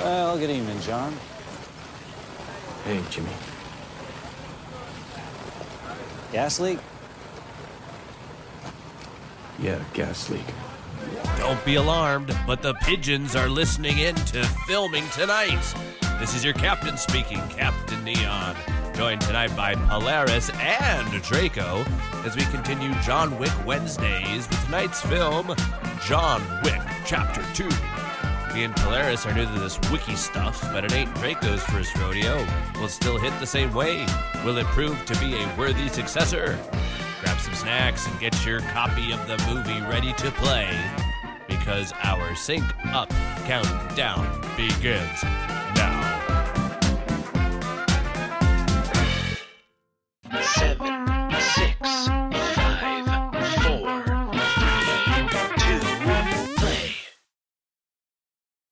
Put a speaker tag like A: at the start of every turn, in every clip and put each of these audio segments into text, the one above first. A: Well, good evening, John.
B: Hey, Jimmy.
A: Gas leak?
B: Yeah, gas leak.
C: Don't be alarmed, but the pigeons are listening in to filming tonight. This is your captain speaking, Captain Neon, joined tonight by Polaris and Draco as we continue John Wick Wednesdays with tonight's film, John Wick Chapter 2. Me and Polaris are new to this wiki stuff, but it ain't Draco's first rodeo. Will it still hit the same way? Will it prove to be a worthy successor? Grab some snacks and get your copy of the movie ready to play because our sync up countdown begins now.
D: seven, six, five, four, three, two, play.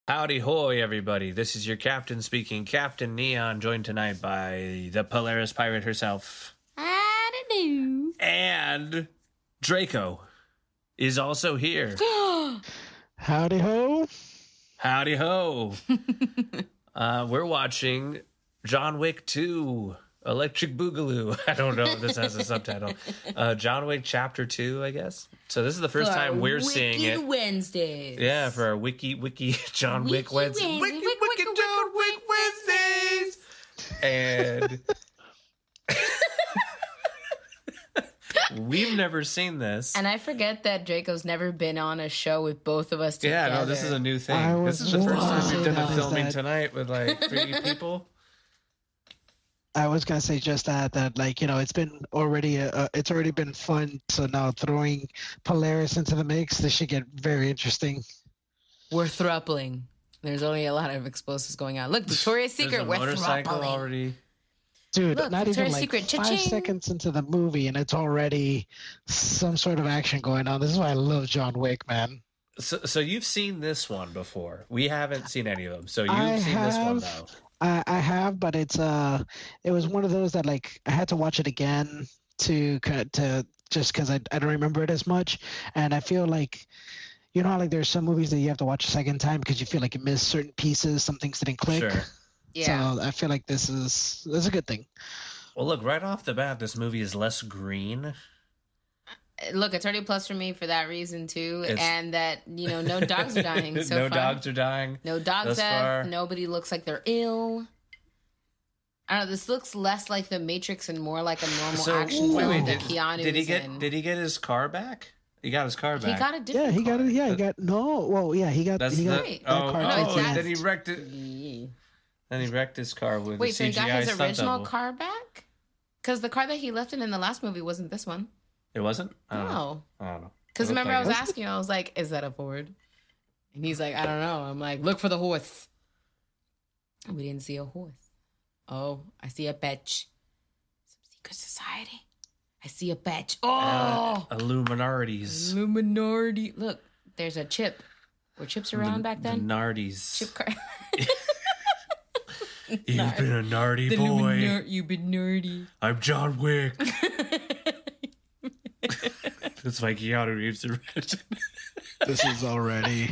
C: Howdy hoy, everybody. This is your captain speaking, Captain Neon, joined tonight by the Polaris Pirate herself.
E: I do.
C: And Draco is also here.
F: Howdy ho.
C: Howdy ho. uh, we're watching John Wick 2 Electric Boogaloo. I don't know if this has a subtitle. Uh, John Wick Chapter 2, I guess. So this is the first time we're seeing it.
E: Wednesdays.
C: Yeah, for our wiki wiki John Wick
E: Wiki
C: Wednesday. Wiki
E: Wednesday. Wick,
C: wiki
E: wick,
C: John Wick Wednesdays. And we've never seen this.
E: And I forget that Draco's never been on a show with both of us
C: Yeah,
E: together.
C: no, this is a new thing.
F: I
C: This
F: was
C: is the first time we've done a
F: surprised
C: filming
F: that-
C: tonight with like three people.
F: I was gonna say just that that like you know it's been already uh, it's already been fun. So now throwing Polaris into the mix, this should get very interesting.
E: We're thrupling. There's only a lot of explosives going on. Look, Victoria's
C: There's
E: Secret,
C: a
E: we're
C: motorcycle
E: throupling.
C: already.
F: Dude,
E: Look,
F: not even
E: Victoria's
F: like
E: Secret,
F: five
E: cha-ching.
F: seconds into the movie, and it's already some sort of action going on. This is why I love John Wick, man.
C: So, so you've seen this one before. We haven't seen any of them. So you've
F: I
C: seen this one
F: have.
C: though.
F: I, I have, but it's uh, it was one of those that like I had to watch it again to ki- to just because I I don't remember it as much, and I feel like. You know, how, like there's some movies that you have to watch a second time because you feel like you missed certain pieces, some things didn't click.
C: Sure.
E: Yeah.
F: So I feel like this is this is a good thing.
C: Well, look right off the bat, this movie is less green.
E: Look, it's already a plus for me for that reason, too.
C: It's-
E: And that, you know, no dogs are dying so
C: no
E: far.
C: dogs are dying.
E: No dogs
C: Thus far.
E: have. Nobody looks like they're ill. I don't know. This looks less like The Matrix and more like a normal
C: So
E: action
C: wait,
E: film
C: wait,
E: that
C: did,
E: Keanu
C: did he
E: was
C: get
E: in.
C: did he get his car back? He got his car
E: He
C: back.
E: got a different.
F: Yeah, he got
E: car.
F: it. Yeah, he got no. Well, yeah, he got
C: That's
F: he got
C: the,
E: Right.
C: oh, oh,
F: car
E: back. No,
C: then he
E: that's-
C: wrecked it.
E: Yeah.
C: Then he wrecked his car with
E: Wait,
C: a CGI
E: so he got his
C: stunt
E: original
C: double.
E: car back? Because the car that he left in in the last movie wasn't this one.
C: It wasn't. I don't know.
E: No.
C: I don't know.
E: Because
C: It looked
E: remember, I
C: like
E: was
C: it.
E: asking, I was like, "Is that a Ford?" And he's like, "I don't know." I'm like, "Look for the horse." We didn't see a horse. Oh, I see a badge. Some secret society. I see a badge. Oh,
C: Uh, Illuminari's.
E: Illuminati. Look, there's a chip. Were chips around
C: The-
E: back
C: the
E: then?
C: Nardies.
E: chip card.
C: You've been a nardy
E: The
C: boy.
E: Illuminati. You've been nerdy.
C: I'm John Wick. That's my Keanu Reeves impression.
F: Oh, this is already.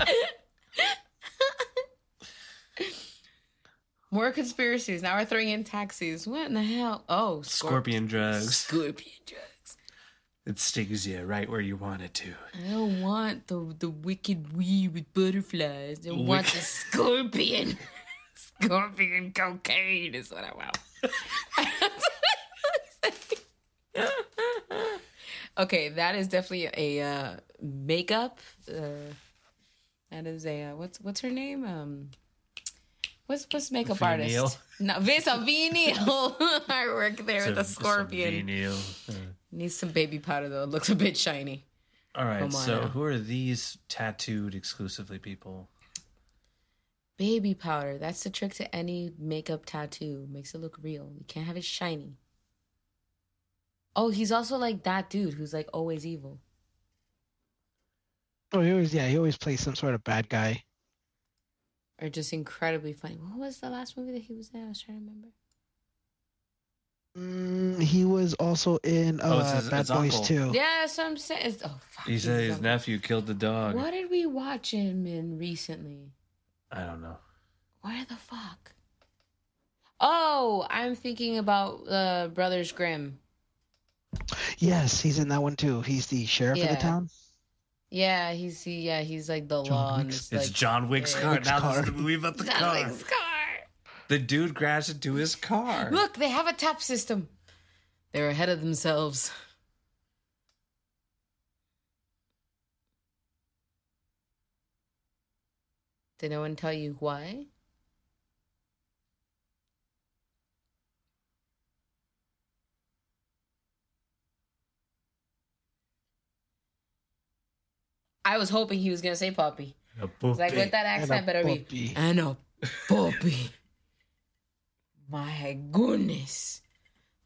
E: More conspiracies. Now we're throwing in taxis. What in the hell? Oh, scorp-
C: Scorpion drugs.
E: Scorpion drugs.
C: It stings you right where you want it to.
E: I don't want the the wicked wee with butterflies. I want the scorpion. scorpion cocaine is what I want. okay, that is definitely a uh, makeup. Uh, that is a uh, what's what's her name? Um, what's what's makeup
C: Fee-Neal?
E: artist? No, Vesa Vino. I work there with a
C: Some-
E: scorpion.
C: some venial.
E: Needs some baby powder though. It looks a bit shiny.
C: All right,
E: Come on
C: so
E: now.
C: who are these tattooed exclusively people?
E: Baby powder. That's the trick to any makeup tattoo. Makes it look real. You can't have it shiny. Oh, he's also like that dude who's like always evil.
F: Oh, he always yeah, he always plays some sort of bad guy.
E: Or just incredibly funny. What was the last movie that he was in? I was trying to remember.
F: Mm, he was also in uh,
C: Oh, it's his-
F: Bad
C: his
F: Boys
C: uncle.
F: too.
E: Yeah, that's what I'm saying. It's- oh, fuck.
C: Oh. He said his
E: He's-
C: nephew killed the dog.
E: What did we watch him in recently?
C: I don't know.
E: Where the fuck? Oh, I'm thinking about uh, Brothers Grimm.
F: Yes, he's in that one too. He's the sheriff of
E: Yeah.
F: the town.
E: Yeah, he's he, yeah he's like the law. And it's
C: It's
E: like,
C: John Wick's
E: yeah.
C: car. now
F: car.
C: this is the movie about the
E: John
C: car.
E: Wick's car.
C: The dude crashed into his car.
E: Look, they have a tap system. They're ahead of themselves. Did no one tell you why? I was hoping he was gonna say Poppy.
C: A
E: Like
C: puppy.
E: with that accent, better be
F: puppy.
E: and a puppy. My goodness,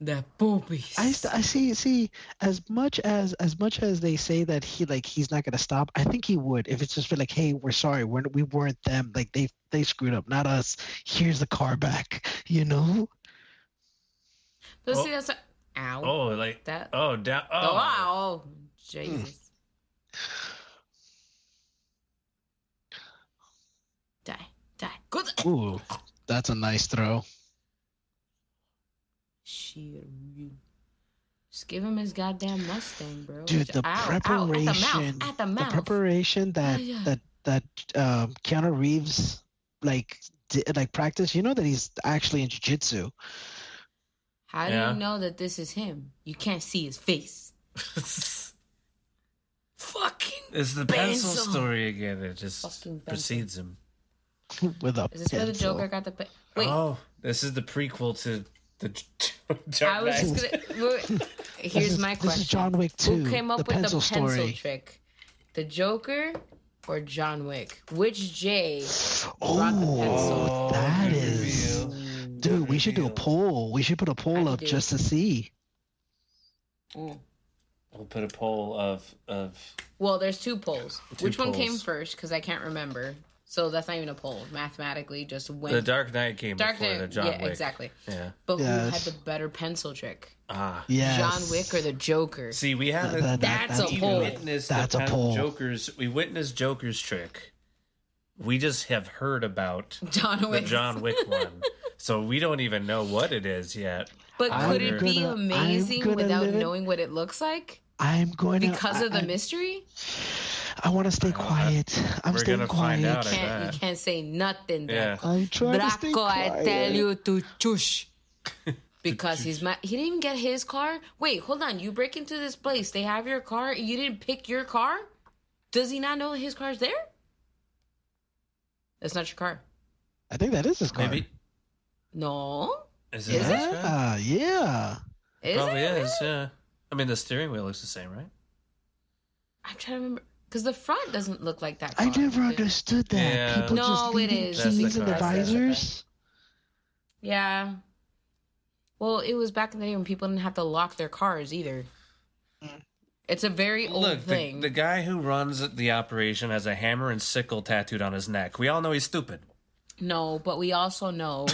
E: the puppies.
F: I, st- I see see as much as as much as they say that he like he's not gonna stop. I think he would if it's just been like, hey, we're sorry, we're we weren't them. Like they they screwed up, not us. Here's the car back. You know.
E: Let's
C: Oh.
E: see that's a- ow.
C: Oh, like
E: That-
C: Oh, down. Oh,
E: Oh, wow. Jesus. Die, die. Good.
F: Ooh, that's a nice throw.
E: Shit. Just give him his goddamn Mustang, bro.
F: Dude, the
E: Ow, ow,
F: preparation,
E: at the mouth, at the mouth.
F: preparation that
E: Ah, yeah.
F: that that um, Keanu Reeves like did, like practice. You know that he's actually in jujitsu.
E: How do
C: Yeah.
E: you know that this is him? You can't see his face. Fucking
C: It's the pencil,
E: Pencil.
C: story again. It just
E: Fucking pencil.
C: precedes him.
F: with a
E: Is this where the
F: pencil.
E: Joker got the pe- wait?
C: Oh, this is the prequel to the Dark
E: I was
C: Knight.
E: just gonna. wait,
F: This
E: Here's
F: is-
E: my
F: This
E: question:
F: is John Wick 2.
E: Who came up
F: the
E: with
F: pencil
E: the pencil
F: story.
E: trick? The Joker or John Wick? Which J? brought the pencil?
F: Oh, that is. Dude, we should do a poll. We should put a poll
E: I
F: up
E: do.
F: just to see.
E: Mm.
C: We'll put a poll of of
E: Well, there's two polls.
C: Two
E: Which one came
C: polls.
E: first? Because I can't remember. So that's not even a poll. Mathematically, just when
C: the Dark Knight came
E: Dark
C: before
E: Knight-
C: the John
E: yeah,
C: Wick.
E: exactly.
C: Yeah.
E: But
F: Yes.
E: who had the better pencil trick?
C: Ah.
F: Yes.
E: John Wick or the Joker?
C: See, we haven't.
F: that-
E: That's a
C: we
E: poll.
C: witnessed the
F: That's a
C: pen-
F: poll.
C: Joker's. We witnessed Joker's trick. We just have heard about
E: John
C: the
E: Wick.
C: John Wick one, so we don't even know what it is yet.
E: But
F: I'm
E: could it be
F: gonna- I'm
E: amazing
F: gonna
E: without
F: live it-
E: knowing what it looks like?
F: I'm going to.
E: Because of
F: I,
E: the mystery?
F: I, want to stay
C: don't know.
F: quiet. I'm
C: Uh, We're
F: staying
C: gonna
F: quiet.
C: find out. I
E: Can't,
C: bet.
E: you can't say nothing
C: Yeah.
E: there.
F: I'm trying to stay
E: Draco,
F: quiet.
E: I tell you to chush. Because he's mad. He didn't even get his car. Wait, hold on. You break into this place. They have your car. You didn't pick your car? Does he not know his car's there? That's not your car.
F: I think that is his car.
C: Maybe
E: No.
C: is this
E: Is
C: guy?
F: Yeah, yeah.
E: Is
C: Probably
E: it?
C: is. Yeah. I mean, the steering wheel looks the same, right?
E: I'm trying to remember. Because the front doesn't look like that.
F: I
E: car.
F: never understood that.
C: Yeah.
F: People
E: No,
F: just
E: it
F: leaving,
E: is.
F: just
C: That's the
F: leaving the
C: car. That's the
F: visors.
E: Yeah. Well, it was back in the day when people didn't have to lock their cars either. It's a very old
C: Look, the,
E: thing.
C: the guy who runs the operation has a hammer and sickle tattooed on his neck. We all know he's stupid.
E: No, but we also know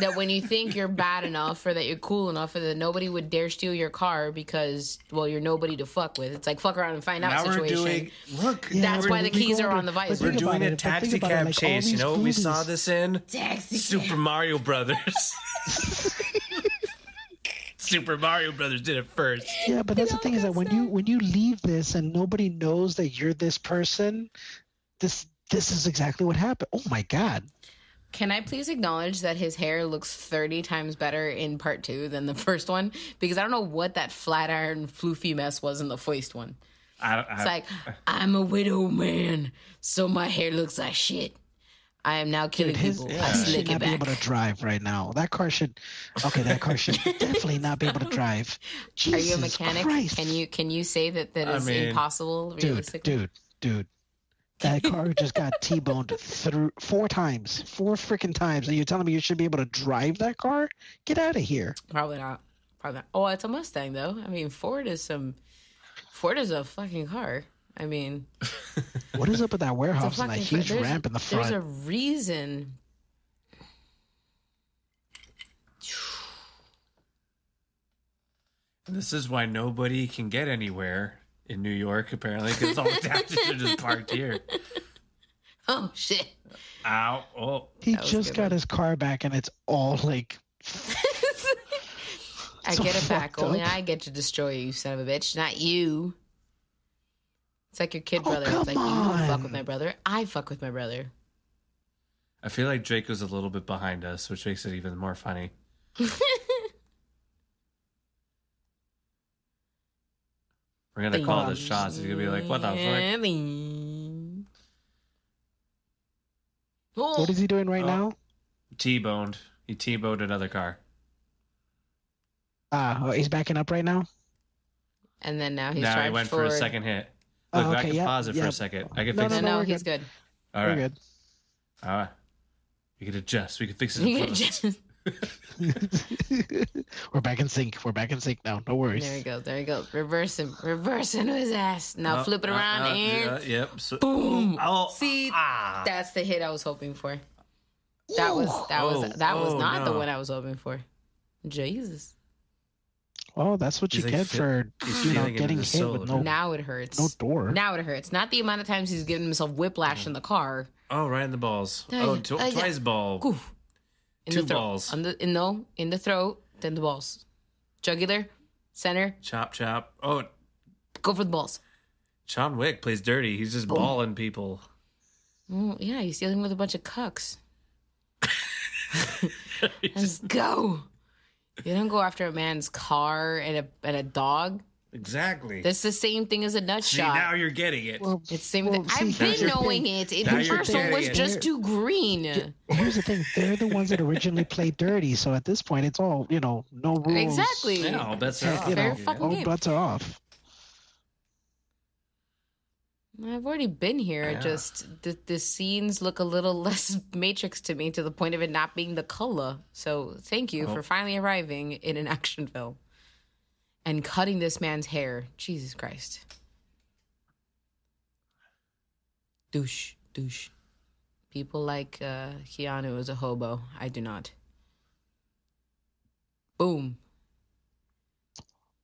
E: that when you think you're bad enough or that you're cool enough or that nobody would dare steal your car because, well, you're nobody to fuck with. It's like fuck around and find out
C: now we're
E: situation.
C: doing. Look,
F: Yeah,
E: That's
F: but
E: why the
F: if we
E: keys
F: go
E: are
F: over-
E: on the
F: but
E: visor.
C: we're
F: think
C: doing
F: about it,
C: a
F: but think
C: taxi
F: about it,
C: cab
F: like, all
C: chase. You
F: these
C: know what we saw
F: movies-
C: this in?
E: Taxi
C: Super Mario Brothers. Super Mario Brothers did it first.
F: Yeah, but that's the thing is that when you when you leave this and nobody knows that you're this person, this this is exactly what happened. Oh my god.
E: Can I please acknowledge that his hair looks 30 times better in part two than the first one? Because I don't know what that flat iron floofy mess was in the first one.
C: I, I,
E: It's like, I'm a widow man, so my hair looks like shit. I am now killing
F: His,
E: people. I
F: he should
E: slick it
F: not be
E: back.
F: able to drive right now. That car should, okay, that car should definitely not be able to drive.
E: Are
F: Jesus
E: you a mechanic?
F: Christ.
E: Can you can you say that that
C: I
E: is
C: mean-
E: impossible
F: dude,
E: realistically?
F: dude, dude? That car just got T-boned through four times, four freaking times, and you're telling me you should be able to drive that car? Get out of here!
E: Probably not. Probably not. Oh, it's a Mustang though. I mean, Ford is some Ford is a fucking car. I mean,
F: What is up with that
E: it's a
F: warehouse and that
E: fucking
F: huge
E: there's-
F: ramp in the
E: There's
F: front?
E: a reason.
C: this is why nobody can get anywhere in New York, apparently, because all the taxis are just parked here.
E: Oh shit.
C: Ow. Oh.
F: He
E: That was a
F: just
E: good
F: got
E: one.
F: his car back, and it's all like
E: I
F: So
E: get it back.
F: fucked
E: Only
F: up.
E: I get to destroy you, you son of a bitch, not you. It's like your kid
F: Oh,
E: brother. it's
F: come
E: like you don't fuck with
F: on.
E: my brother. I fuck with my brother.
C: I feel like Draco's a little bit behind us, which makes it even more funny. We're gonna call the shots. He's gonna be like, "What the fuck?"
E: Oh,
F: what is he doing right
C: Oh.
F: now?
C: T-boned. He T-boned another car.
F: Ah, oh, he's backing up right now.
E: and then now he's
C: now he
E: charged
C: went
E: forward.
C: for a second hit.
F: Oh,
C: Look, I
F: okay,
C: can
F: yep,
C: pause it for a
F: yep.
C: second. I can
F: No,
C: fix
E: No,
C: it.
E: no,
F: we're
E: he's good.
C: All
F: We're
C: right,
F: good.
C: all right. We can adjust. We can fix it.
E: You
C: in
E: can
C: post.
E: just-
F: We're back in sync. We're back in sync now. No worries.
E: there he goes. There he goes. Reverse him. Reverse into his ass. Now
C: Oh,
E: flip it
C: uh,
E: around
C: uh,
E: and
C: yeah, yep. So,
E: boom.
C: Oh,
E: See,
C: ah.
E: that's the hit I was hoping for. That was that
C: Oh,
E: was that was
C: oh,
E: not the
C: no.
E: one I was hoping for. Jesus.
F: Oh, that's what you
C: He's, like,
F: get
C: fit-
F: for
C: he's
F: you know
C: feeling it in
F: getting
C: his
F: hit
C: soul,
F: with
C: dude.
F: no
E: Now it hurts.
F: no door.
E: Now it hurts. Not the amount of times he's given himself whiplash in the car.
C: oh, right in the balls.
E: Yeah,
C: Oh,
E: yeah,
C: tw-
E: yeah.
C: twice ball.
E: Goof. In
C: Two
E: the throat.
C: balls.
E: On the in no in the throat, then the balls. Jugular, center,
C: Chop, chop. Oh,
E: go for the balls.
C: John Wick plays dirty. He's just balling people.
E: Mm, yeah, he's dealing with a bunch of cucks. Just go. You don't go after a man's car and a and a dog.
C: Exactly.
E: That's the same thing as a nut
C: See,
E: shot.
C: now you're getting it.
F: Well,
E: It's same
F: well,
E: thing.
F: Oh, see,
E: I've
F: here's
E: been
F: the thing.
E: knowing it. It
C: Now
E: the
C: you're
E: first one
C: getting
E: was
C: it.
E: just too green.
F: Here's the thing. They're the ones that originally played dirty. So at this point, it's all you know. No rules.
E: Exactly.
C: Yeah, all bets are
F: Yeah,
C: off.
F: you
E: Fair
F: know,
E: fucking
F: All
E: game.
F: butts are off.
E: I've already been here.
C: Yeah.
E: Just the the scenes look a little less Matrix to me, to the point of it not being the color. So thank you
F: Oh.
E: for finally arriving in an action film and cutting this man's hair. Jesus Christ. Douche, douche. People like uh, Keanu is a hobo. I do not. Boom.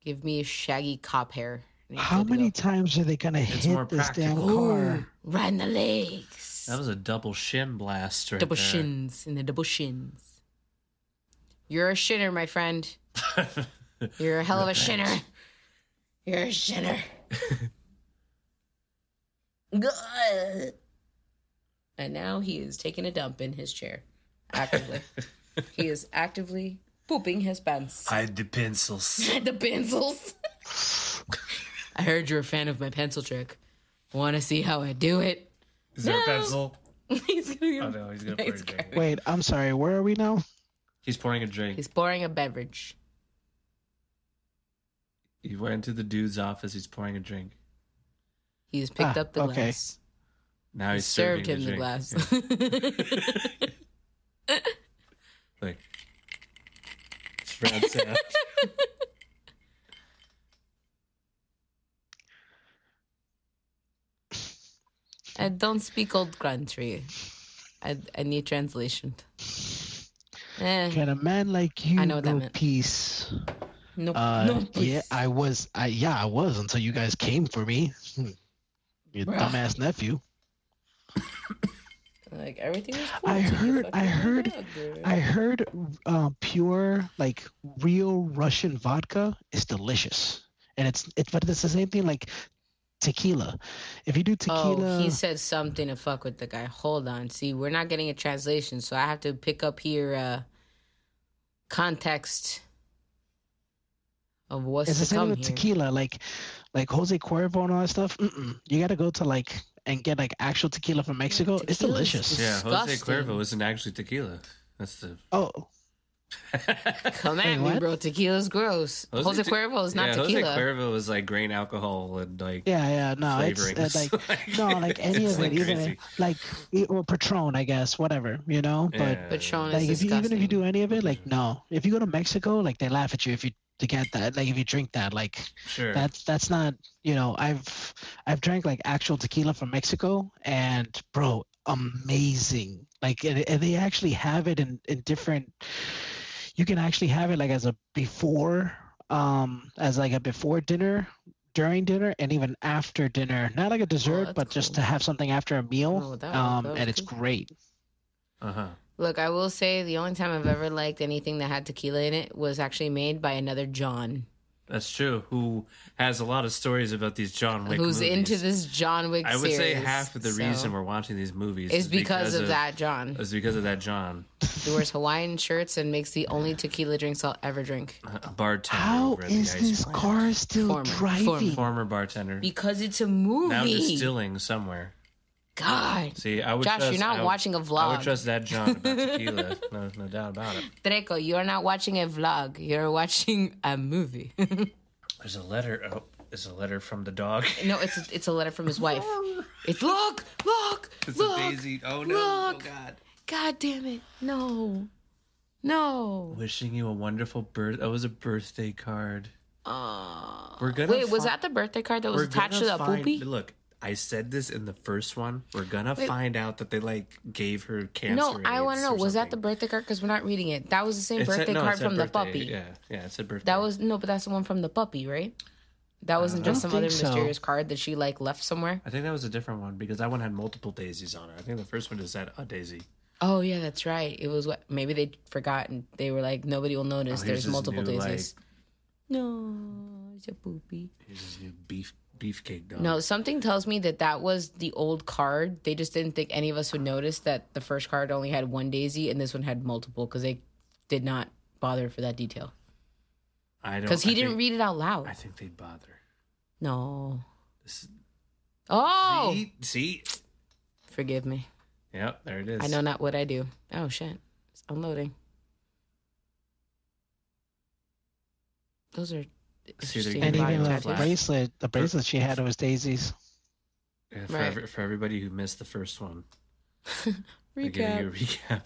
E: Give me shaggy cop hair. And he's
F: How
E: good to
F: many
E: go.
F: times are they gonna
C: It's more
F: hit this damn
C: practical.
F: car?
E: Right in the legs.
C: That was a double shin blast right
E: double
C: there.
E: shins in the double shins. You're a shinner, my friend. You're a hell of a shinner. You're a shinner. Gah. and now he is taking a dump in his chair. Actively. he is actively pooping his pants.
C: Hide the pencils.
E: the pencils. I heard you're a fan of my pencil trick. Want to see how I do it?
C: Is there
E: No.
C: a pencil?
E: he's gonna get
C: Oh no, he's gonna pour a
E: Nice
C: drink.
F: Wait, I'm sorry. Where are we now?
C: He's pouring a drink.
E: He's pouring a beverage.
C: He went into the dude's office. He's pouring a drink.
E: He's picked
F: Ah,
E: up the
F: okay.
E: glass.
C: Now
E: He
C: he's
E: served
C: serving
E: him the
C: drink.
E: glass.
C: Yeah. Like, it's red sound.
E: I don't speak old country. I, I need translation. Eh,
F: Can a man like you
E: I know what that
F: know
E: meant.
F: peace?
E: no,
F: Uh,
E: no,
F: yeah,
E: please.
F: I was. I yeah, I was until you guys came for me. Hmm. Your
E: Bruh.
F: dumbass nephew.
E: like everything is cool
F: I
E: till you
F: heard- I
E: fucking
F: heard-
E: look, dude.
F: I heard uh, pure, like real Russian vodka is delicious, and it's it's but it's the same thing like tequila. If you do
E: Oh,
F: tequila,
E: he said something to fuck with the guy. Hold on. See, we're not getting a translation, so I have to pick up here uh context of what's
F: it's the
E: to
F: same
E: come
F: with
E: here.
F: tequila, like like Jose Cuervo and all that stuff. Mm-mm. You got to go to like and get like actual tequila from Mexico.
E: tequila's
F: it's delicious.
E: dis-
C: yeah, Jose
E: Disgusting.
C: Cuervo isn't actually tequila. That's the.
F: Oh,
E: Come
F: Wait,
E: at me,
F: what?
E: bro. Tequila's gross. Jose,
C: te-
E: Cuervo is not
C: yeah,
E: tequila.
C: Jose Cuervo is like grain alcohol and like.
F: yeah, yeah. No, it's
C: Flavorings.
F: uh, like no, like any
C: It's
F: of it,
C: like
F: even
C: crazy.
F: like e, or Patron, I guess, whatever you know. But
C: Yeah.
E: But Sean is
F: like if you,
E: disgusting.
F: even if you do any of it, like no. If you go to Mexico, like they laugh at you if you to get that. Like if you drink that, like
C: sure.
F: that's that's not you know. I've I've drank like actual tequila from Mexico, and bro, amazing. Like and, and they actually have it in in different. You can actually have it like as a before, um, as like a before dinner. During dinner and even after dinner, not like a dessert,
E: Oh, that's
F: but just
E: cool.
F: to have something after a meal,
E: Oh, that was-
F: um,
E: that was
F: and it's
E: cool.
F: great.
C: Uh huh.
E: Look, I will say the only time I've ever liked anything that had tequila in it was actually made by another John,
C: That's true. Who has a lot of stories about these John Wick
E: who's
C: movies.
E: into this John Wick.
C: I would say
E: series,
C: half of the
E: so-
C: reason we're watching these movies
E: is because of that John.
C: Is because of that John,
E: He wears Hawaiian shirts and makes the only tequila drinks I'll ever drink.
C: a bartender.
F: How
C: over at
F: is
C: the ice
F: this
C: plant.
F: car still
E: Former,
F: driving?
E: former.
C: Former bartender.
E: Because it's a
C: now
E: movie.
C: distilling somewhere.
E: God.
C: See, I would.
E: Josh,
C: trust,
E: you're not
C: I would-
E: watching a
C: I would
E: vlog.
C: trust that John about tequila. no, no doubt about it.
E: Treco, you're not watching a vlog. You're watching a movie.
C: There's a letter. Oh, there's a letter from the dog.
E: no, it's a, it's a letter from his wife. It's look, look,
C: It's
E: look.
C: a daisy. Oh no! Oh
E: look.
C: God.
E: God damn it. No. No.
C: Wishing you a wonderful birth. That was a birthday card.
E: Aw.
C: We're gonna.
E: Wait, was
C: fi-
E: that the birthday card that was
C: we're
E: attached to
C: gonna
E: the
C: find-
E: poopy?
C: Look, I said this in the first one. We're gonna find out that they like gave her cancer.
E: No, I want to
C: AIDS
E: know.
C: or
E: Was that the
C: something.
E: birthday card? Because we're not reading it. That was the same
C: It said-
E: birthday
C: no, it
E: card
C: said
E: from the
C: birthday.
E: puppy.
C: Yeah, yeah, it's a birthday.
E: That was no, but that's the one from the puppy, right? That wasn't just
F: I don't
E: some other
F: think so.
E: mysterious card that she like left somewhere.
C: I think that was a different one because that one had multiple daisies on her. I think the first one just said a daisy.
E: Oh yeah, that's right. It was what maybe they forgot and they were like nobody will notice.
C: Oh, here's
E: There's
C: his
E: multiple
C: new,
E: daisies. No, it's a poopy.
C: Here's this new beef beefcake dog.
E: No, something tells me that that was the old card. They just didn't think any of us would notice that the first card only had one daisy and this one had multiple because they did not bother for that detail.
C: I don't.
E: Because he
C: I
E: didn't
C: think-
E: read it out loud.
C: I think they'd bother.
E: no.
C: This-
E: Oh,
C: See, see,
E: forgive me.
C: yep, there it is.
E: I know not what I do. Oh shit. It's unloading. Those are interesting
F: And
C: Body
F: even
E: body
F: the
C: flash.
E: tattoos.
F: bracelet, the bracelet she had was daisies.
C: Yeah, for,
E: Right.
C: every- for everybody who missed the first one, we're giving you a
E: Recap.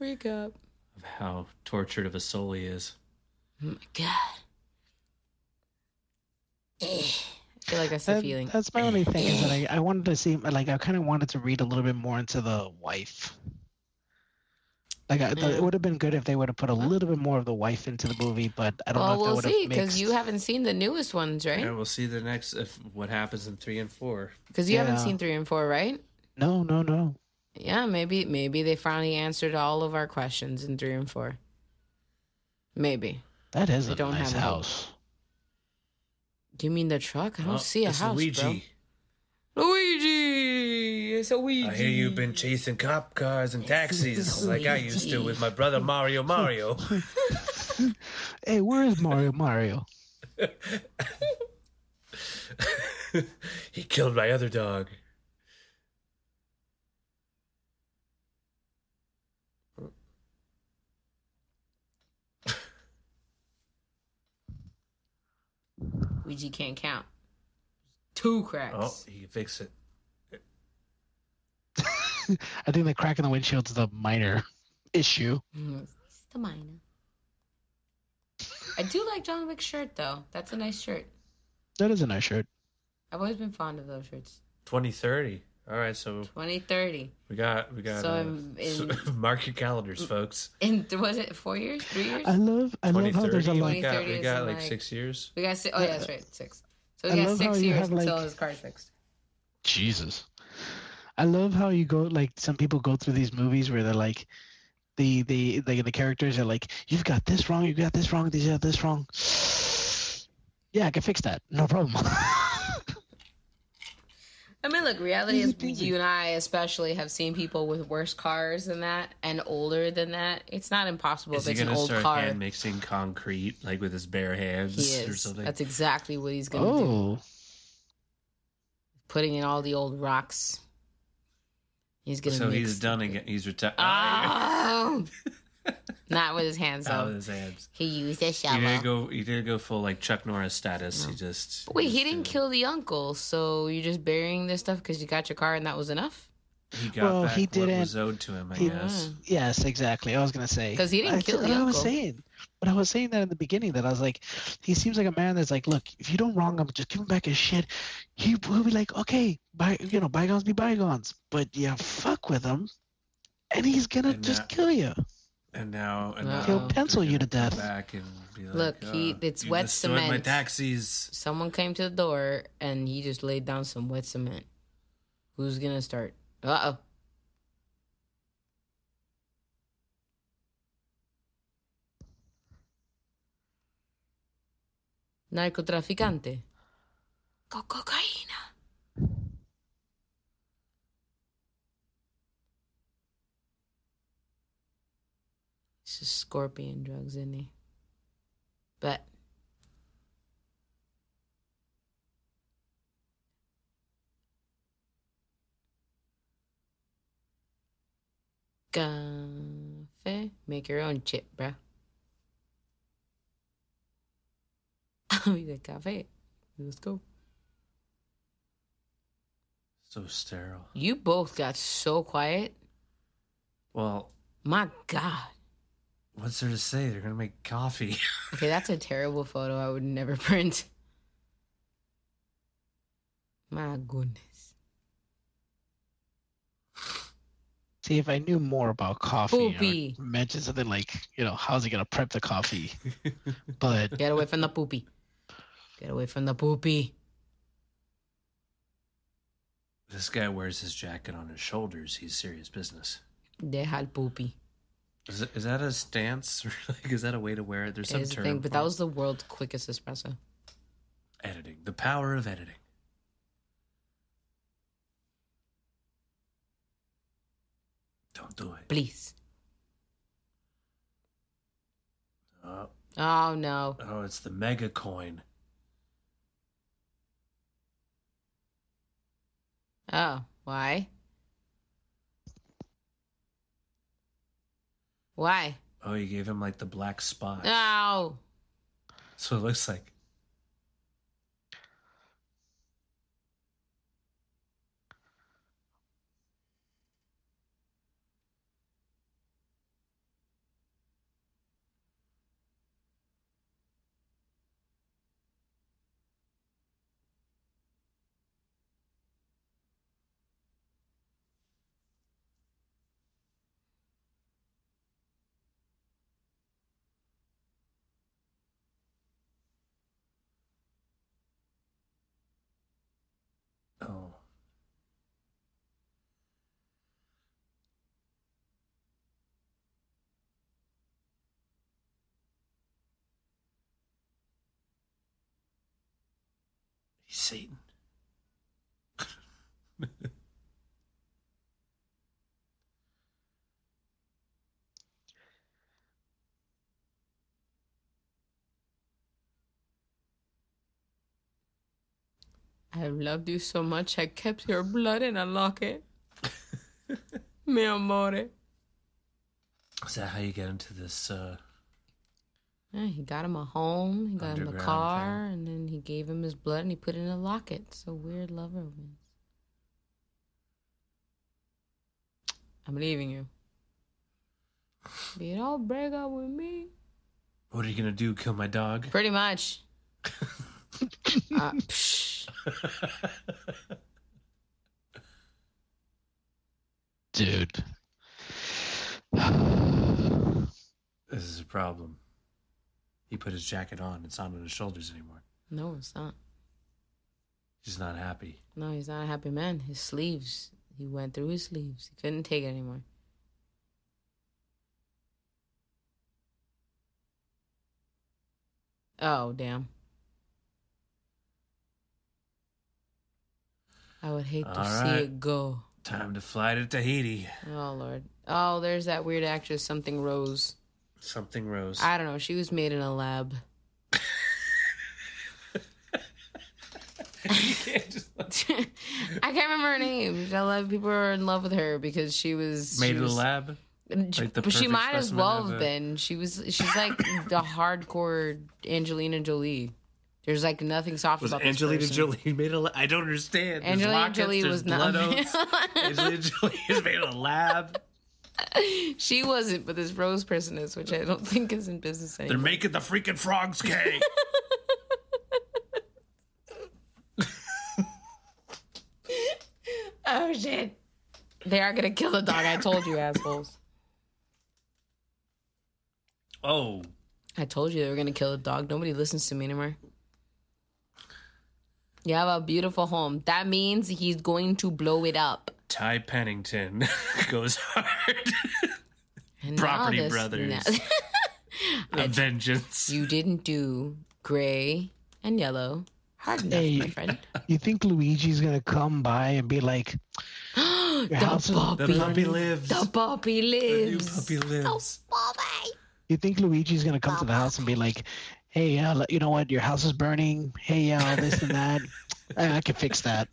C: recap
E: Recap.
C: of how tortured of a soul he is.
E: Oh my god. Eh. I feel like that's the
F: That-
E: feeling.
F: That's my only thing is that I, I wanted to see, like, I kind of wanted to read a little bit more into the wife. Like, I,
E: Yeah.
F: it would have been good if they would have put a little bit more of the wife into the movie, but I don't
E: Well,
F: know if
E: we'll
F: that would
E: see
F: have
E: because
F: mixed.
E: you haven't seen the newest ones,
C: Yeah,
E: right?
C: we'll see the next if what happens in three and four.
E: Because you haven't
F: Yeah.
E: seen three and four, right?
F: No, no, no.
E: Yeah, maybe maybe they finally answered all of our questions in three and four. Maybe.
F: That is
E: They
F: a
E: don't
F: nice
E: have a house.
F: house.
E: Do you mean the truck? I don't
C: Oh,
E: see a
C: it's
E: house,
C: Luigi.
E: bro. Luigi, it's a Luigi.
C: I hear you've been chasing cop cars and taxis like I used to with my brother Mario Mario.
F: Hey, where is Mario? Mario.
C: he killed my other dog.
E: Luigi can't count. Two cracks.
C: Oh, he can fix it.
F: I think the crack in the windshield's the minor issue.
E: Mhm. He's the minor. I do like John Wick's shirt though. That's a nice shirt.
F: That is a nice shirt.
E: I've always been fond of those shirts.
C: 2030. All right, so
E: 2030.
C: we got we got
E: So
C: uh,
E: I'm in-
C: so- mark your calendars, folks.
E: And th- was it four years? Three years?
F: I love, I love how there's a
C: 2030,
F: lot.
C: we got,
E: 2030
C: we
E: is
C: got
E: in,
C: like
E: like-
C: six years.
E: We got six. Oh, yeah, that's right. Six. So
F: I
E: we got
F: love how
E: six
F: you
E: years
F: have, like-
E: until his car's fixed.
F: Jesus. I love how you go like some people go through these movies where they're like the the like the characters are like, You've got this wrong, you've got this wrong, these got this wrong. Yeah, I can fix that. No problem.
E: I mean, look, reality is you and I especially have seen people with worse cars than that and older than that. It's not impossible
C: Is he
E: if it's an
C: gonna
E: old
C: start
E: car.
C: hand mixing concrete like with his bare hands
E: He
C: or
E: is.
C: something?
E: That's exactly what he's going to do.
F: oh.
E: Putting in all the old rocks. He's going to
C: so
E: mix.
C: he's done again. He's retired.
E: Oh! not with his hands
C: out of
E: up.
C: his hands.
E: He used a
C: He didn't
E: shovel.
C: go. He didn't go full like Chuck Norris status. He just
E: Wait, he
C: just,
E: didn't
C: uh,
E: kill the uncle, so you're just burying this stuff because you got your car and that was enough? Ah.
C: He got
F: Well,
C: back
F: he
C: What
F: didn't-
C: was owed to him, I
F: he-
C: guess.
F: Yes, exactly. I was gonna say
E: 'Cause he didn't
F: I-
E: kill the
F: what I was
E: uncle.
F: saying. But I was saying that in the beginning that I was like, he seems like a man that's like, look, if you don't wrong him, just give him back his shit. He will be like, okay, by you know, bygones be bygones. But you fuck with him, and he's gonna
C: And
F: just
C: that-
F: kill you.
C: And now, and
E: Wow.
C: now
E: He'll
C: they're
F: pencil you
C: gonna
F: to death.
C: come Back and be like,
E: Look, he-
C: "Uh,
E: it's
C: you
E: wet
C: destroyed My
E: cement."
C: taxis.
E: Someone came to the door and he just laid down some wet cement. Who's gonna start? Uh oh. Narcotraficante. Co- cocaína. It's just scorpion drugs, isn't he? But. Cafe. Make your own chip, bruh. we did Oh, cafe. Let's go.
C: So sterile.
E: You both got so quiet.
C: Well,
E: My God.
C: what's there to say? They're gonna make coffee.
E: Okay, that's a terrible photo I would never print. My goodness.
F: See, if I knew more about coffee,
E: Poopy.
F: I would mention something like, you know, how's he gonna prep the coffee? but
E: Get away from the poopy. Get away from the poopy.
C: this guy wears his jacket on his shoulders. He's serious business.
E: Deja el poopy.
C: Is, it, is that a stance? Or like, is that a way to wear it? There's some
E: Is the
C: term.
E: thing, but that
C: for
E: was the world's quickest espresso.
C: editing. The power of editing. Don't do it.
E: Please.
C: Oh,
E: Oh no.
C: oh, it's the mega coin.
E: Oh, why? Why? Oh,
C: Oh, you gave him like the black spot.
E: Ah. No.
C: So it looks like oh. He's Satan.
E: I loved you so much, I kept your blood in a locket. Mi amore.
C: Is that how you get into this? Uh,
E: Yeah, he got him a home, he got him a
C: Underground
E: car, and then he gave him his blood and he put it in a locket. So weird love romance. I'm leaving you. But You don't break up with me.
C: what are you gonna do? Kill my dog?
E: Pretty much. uh, psh.
F: dude.
C: This is a problem. He put his jacket on. It's not on his shoulders anymore.
E: No, it's not.
C: He's not happy.
E: No, he's not a happy man. His sleeves. He went through his sleeves. He couldn't take it anymore. Oh, damn. I would hate to
C: All
E: see
C: right.
E: it go.
C: Time to fly to Tahiti.
E: Oh, Lord. Oh, there's that weird actress, something Rose.
C: Something rose.
E: I don't know. She was made in a lab. I can't remember her name. A lot of people are in love with her because she was she
C: Made in a
E: was-
C: lab.
E: and
C: like the
E: but she
C: perfect
E: might as
C: specimen
E: well
C: of
E: have
C: a-
E: been. She was. She's like the hardcore Angelina Jolie. There's like nothing soft
C: Was
E: about
C: Angelina
E: this person.
C: Jolie made a lab? I don't understand. There's
E: Angelina
C: rockets,
E: Jolie
C: there's
E: was not-
C: blood oaths. Angelina Jolie is made in a lab.
E: She wasn't, but this Rose person is, which I don't think is in business
C: They're
E: anymore.
C: making the freaking frogs gay.
E: oh shit! They are gonna kill the dog. I told you, assholes.
C: oh,
E: I told you they were gonna kill the dog. Nobody listens to me anymore. You have a beautiful home. That means he's going to blow it up.
C: Ty Pennington goes hard.
E: And now
C: Property
E: this-
C: Brothers.
E: now-
C: A vengeance.
E: you didn't do Gray and yellow. Hard enough,
F: Hey.
E: my friend.
F: You think Luigi's gonna come by and be like, house
E: the
F: is-
E: puppy.
C: The puppy lives.
E: The puppy
C: The new
E: lives.
C: puppy lives.
F: you think Luigi's gonna come to the house and be like, hey, yeah, le- you know what? Your house is burning. Hey, yeah, all this and that. I, I can fix that.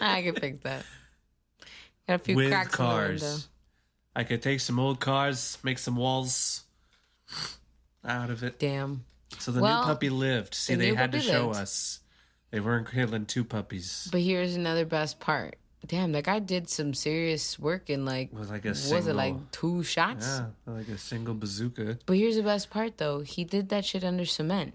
E: I can fix that. Got a few
C: With
E: cracks in the window.
C: cars. I could take some old cars, make some walls out of it.
E: Damn.
C: So the
E: Well,
C: new puppy lived. See,
E: the
C: they
E: new
C: had to
E: puppy
C: show
E: lived.
C: us. They weren't killing two puppies.
E: But here's another best part. Damn, that guy did some serious work in like
C: With like a
E: was
C: single.
E: it like two shots?
C: Yeah, like a single bazooka.
E: But here's the best part though. He did that shit under cement.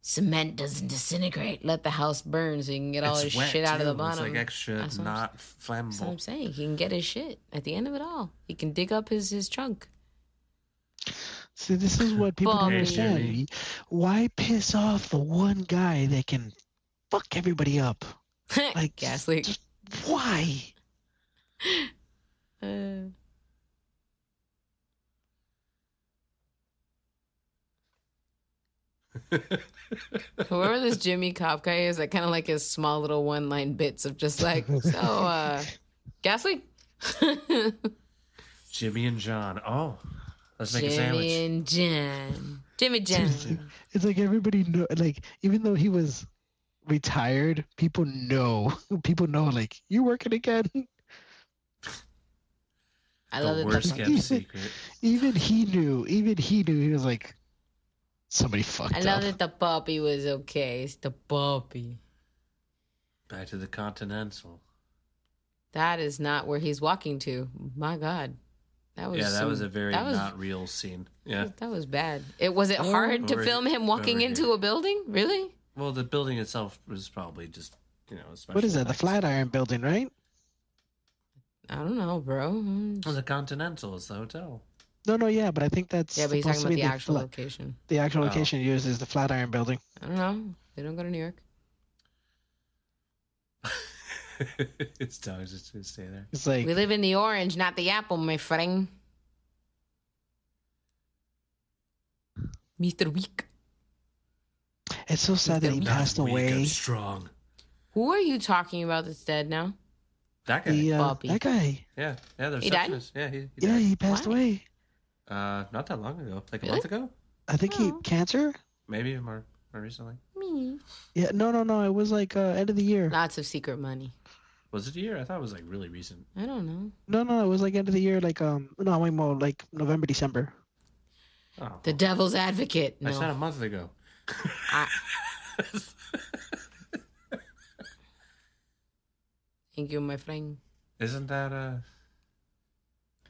E: Cement doesn't disintegrate. Let the house burn so you can get all his
C: it's wet
E: shit out of the
C: too.
E: bottom.
C: It's like extra,
E: That's what I'm-
C: not
E: That's what I'm
C: flammable.
E: saying. He can get his shit at the end of it all. He can dig up his his trunk.
F: See, this is what people don't
E: Bobby.
F: understand. Why piss off the one guy that can fuck everybody up? Like,
E: gas leak.
F: just- Why?
E: Uh, Whoever this Jimmy Cop guy is, I kind of like his small little one line bits of just like, so, uh, gas leak.
C: Jimmy and John. Oh, let's make a sandwich.
E: Jimmy and Jen. Jimmy Jen.
F: It's like everybody know, like even though he was retired, people know. People know, like you working again.
E: I love
C: the
E: it.
C: worst
E: That's-
F: guy.
C: kept secret.
F: Even he knew. Even he knew. He was like, somebody fucked
E: I love
F: up.
E: that the puppy was okay. It's the puppy.
C: Back to the Continental.
E: That is not where he's walking to. My God, that was
C: Yeah, that
E: some-
C: was a very
E: that was
C: not real scene. Yeah.
E: that was bad. It was it hard to
C: Over
E: film
C: here-
E: him walking
C: over
E: into
C: here.
E: a building? Really?
C: Well, the building itself was probably just, you know, special
F: What is that? The
C: effects.
F: Flatiron Building, right?
E: I don't know, bro. Mm.
C: Well, the Continental is the hotel.
F: No, no, yeah, but I think that's
E: Yeah, but he's talking
F: supposed to
E: about
F: be
E: the actual
F: fla-
E: location.
F: the actual
C: Oh.
F: location used is the Flatiron Building.
E: I don't know. They don't go to New York.
C: His dog's just gonna stay there.
F: It's like
E: We live in the orange, not the apple, my friend. Mr. Week.
F: it's so sad that he
E: Not
F: passed
C: Weak and
F: away.
C: strong.
E: Who are you talking about that's dead now?
C: That guy.
F: The, uh,
E: Bobby.
F: that guy.
C: yeah. Yeah. The
E: He died?
C: receptionist. Yeah. He, he
F: Yeah,
C: died.
F: he passed
E: Why?
F: away.
C: Uh, not that long ago. Like
E: Really?
C: a month ago,
F: I think he
E: Oh.
F: cancer.
C: maybe more more recently.
E: Me.
F: Yeah, no, no, no. It was like uh, end of the year.
E: Lots of secret money.
C: Was it a year? I thought it was like really recent.
E: I don't know.
F: No, no, it was like end of the year, like um, no, way more like November, December.
C: Oh,
E: The devil's advocate.
C: I said a
E: No.
C: month ago.
E: I Thank you, my friend.
C: Isn't that uh?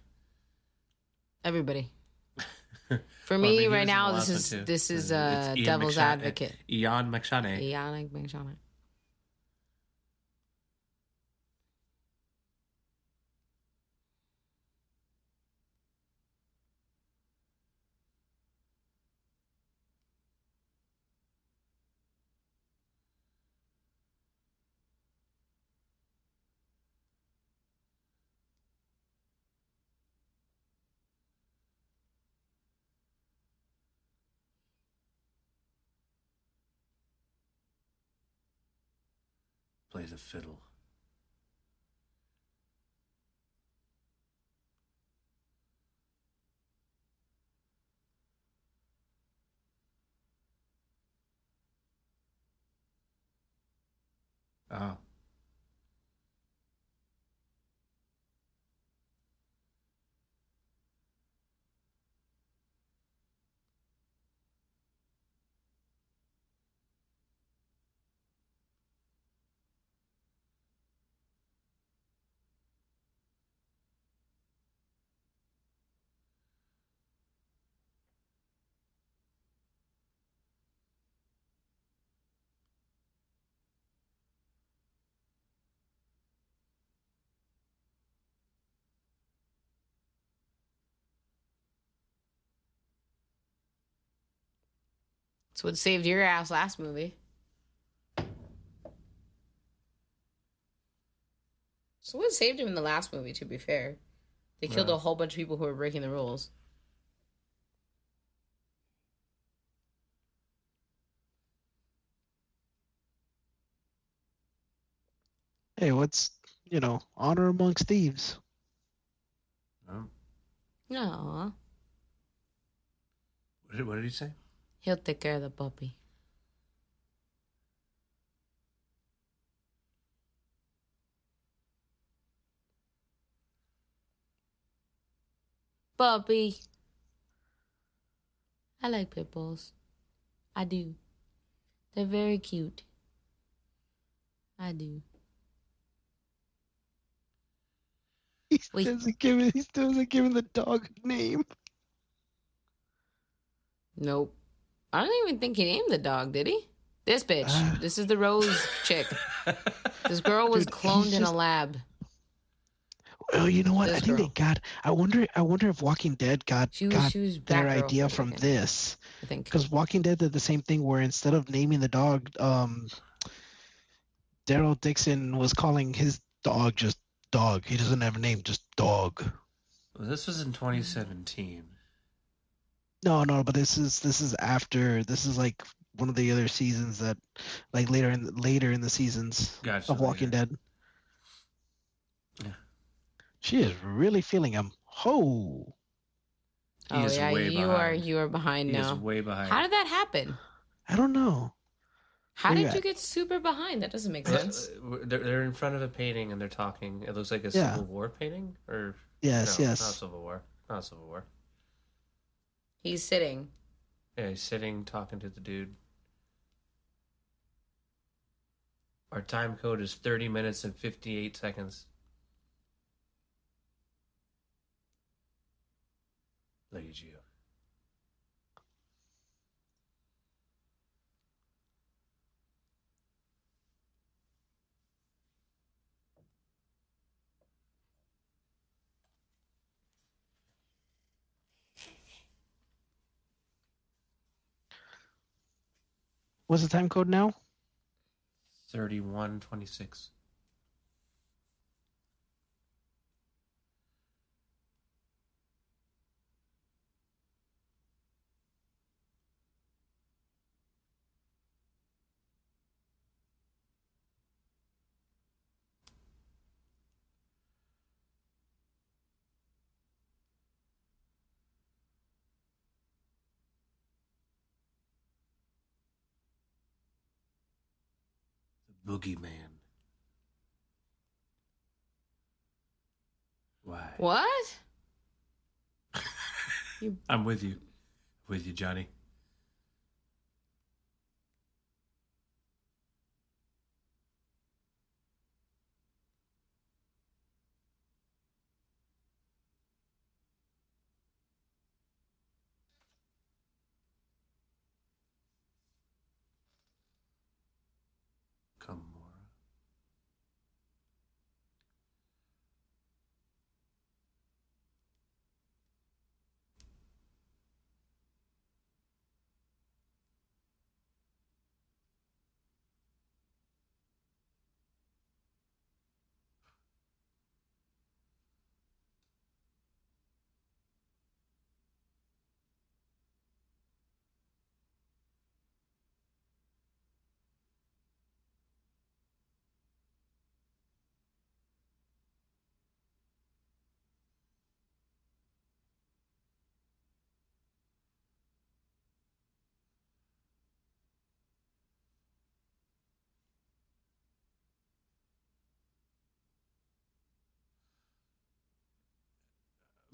E: Everybody. For
C: well, I
E: me
C: mean, he was
E: right
C: in the
E: now,
C: last
E: this is
C: one, too.
E: this is
C: It's
E: uh,
C: Ian
E: devil's
C: McShane-
E: advocate.
C: Ian McShane.
E: Ionic McShana.
C: plays a fiddle. Oh.
E: It's what saved your ass last movie. So what saved him in the last movie? To be fair, they killed a whole bunch of people who were breaking the rules.
F: hey, what's you know honor amongst thieves?
C: oh.
E: No,
C: What did, what did he say?
E: he'll take care of the puppy. Puppy. I like pit bulls. I do. They're very cute. I do.
F: He
E: Wait.
F: doesn't give it. He doesn't give him the dog a name.
E: Nope. I don't even think he named the dog, did he? This bitch. this is the Rose chick. This girl was
F: Dude, he's
E: cloned in a
F: just-
E: lab.
F: Oh, you know what?
E: This
F: I think
E: girl.
F: they got. I wonder. I wonder if Walking Dead got
E: She was-
F: got
E: she was
F: their
E: Batgirl for
F: idea
E: a
F: from
E: second.
F: this
E: I think.
F: because Walking Dead did the same thing where instead of naming the dog, um, Daryl Dixon was calling his dog just dog. He doesn't have a name, just dog.
C: Well, this was in 2017.
F: No, no, but this is this is after this is like one of the other seasons that like later in later in the seasons
C: Gotcha.
F: of Walking Dead.
C: Yeah.
F: She is really feeling him. Ho.
C: He
E: oh
C: is
E: yeah,
C: way
E: you are
C: behind.
E: you are behind
C: He is
E: now.
C: way behind.
E: How did that happen?
F: I don't know.
E: How
F: Where you
E: did you
F: at?
E: get super behind? That doesn't make
C: Uh,
E: sense.
C: uh, They're, they're in front of a painting and they're talking. It looks like a
F: Yeah.
C: Civil War painting, or
F: Yes,
C: no, not
F: yes.
C: Civil War, not Civil War.
E: He's sitting.
C: Yeah, he's sitting talking to the dude. Our time code is 30 minutes and 58 seconds. Look at you.
F: What's the time code now?
C: 3126. The boogeyman. Why?
E: What?
C: I'm with you. With you, Johnny. Come, Mora.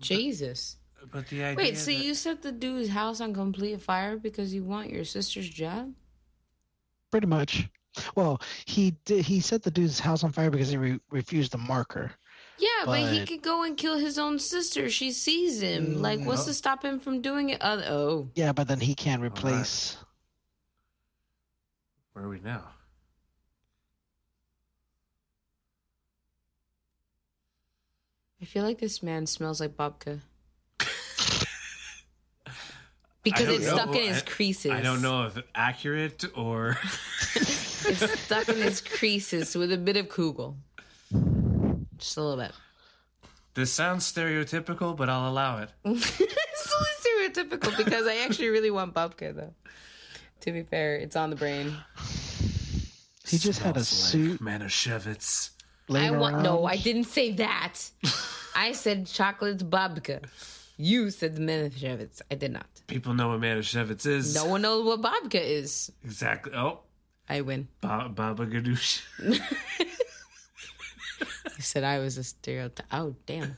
E: Jesus.
C: But the idea.
E: Wait, so
C: that-
E: you set the dude's house on complete fire because you want your sister's job?
F: Pretty much. Well, he did. He set the dude's house on fire because he re- refused the marker.
E: Yeah, but, he
F: But-
E: could go and kill his own sister. She sees him. Like, what's
C: no.
E: to stop him from doing it? Other oh,
F: Yeah, but then he can't replace.
C: Where are we now?
E: I feel like this man smells like babka. because
C: don't
E: it's
C: know.
E: stuck in his
C: I-
E: creases.
C: I don't know if accurate or.
E: It's stuck in his creases with a bit of kugel. Just a little bit.
C: This sounds stereotypical, but I'll allow it.
E: it's so stereotypical because I actually really want babka though. To be fair, it's on the brain.
F: He just had a
C: Smells like
F: suit.
C: Manischewitz.
E: I
F: laying
E: want
F: around.
E: no. I didn't say that. I said chocolate's babka. You said Manischewitz. I did not.
B: People know what Manischewitz is.
E: No one knows what babka is.
B: Exactly. Oh,
E: I win.
B: ba- Baba Ganoush.
E: You said I was a stereotype. Oh damn.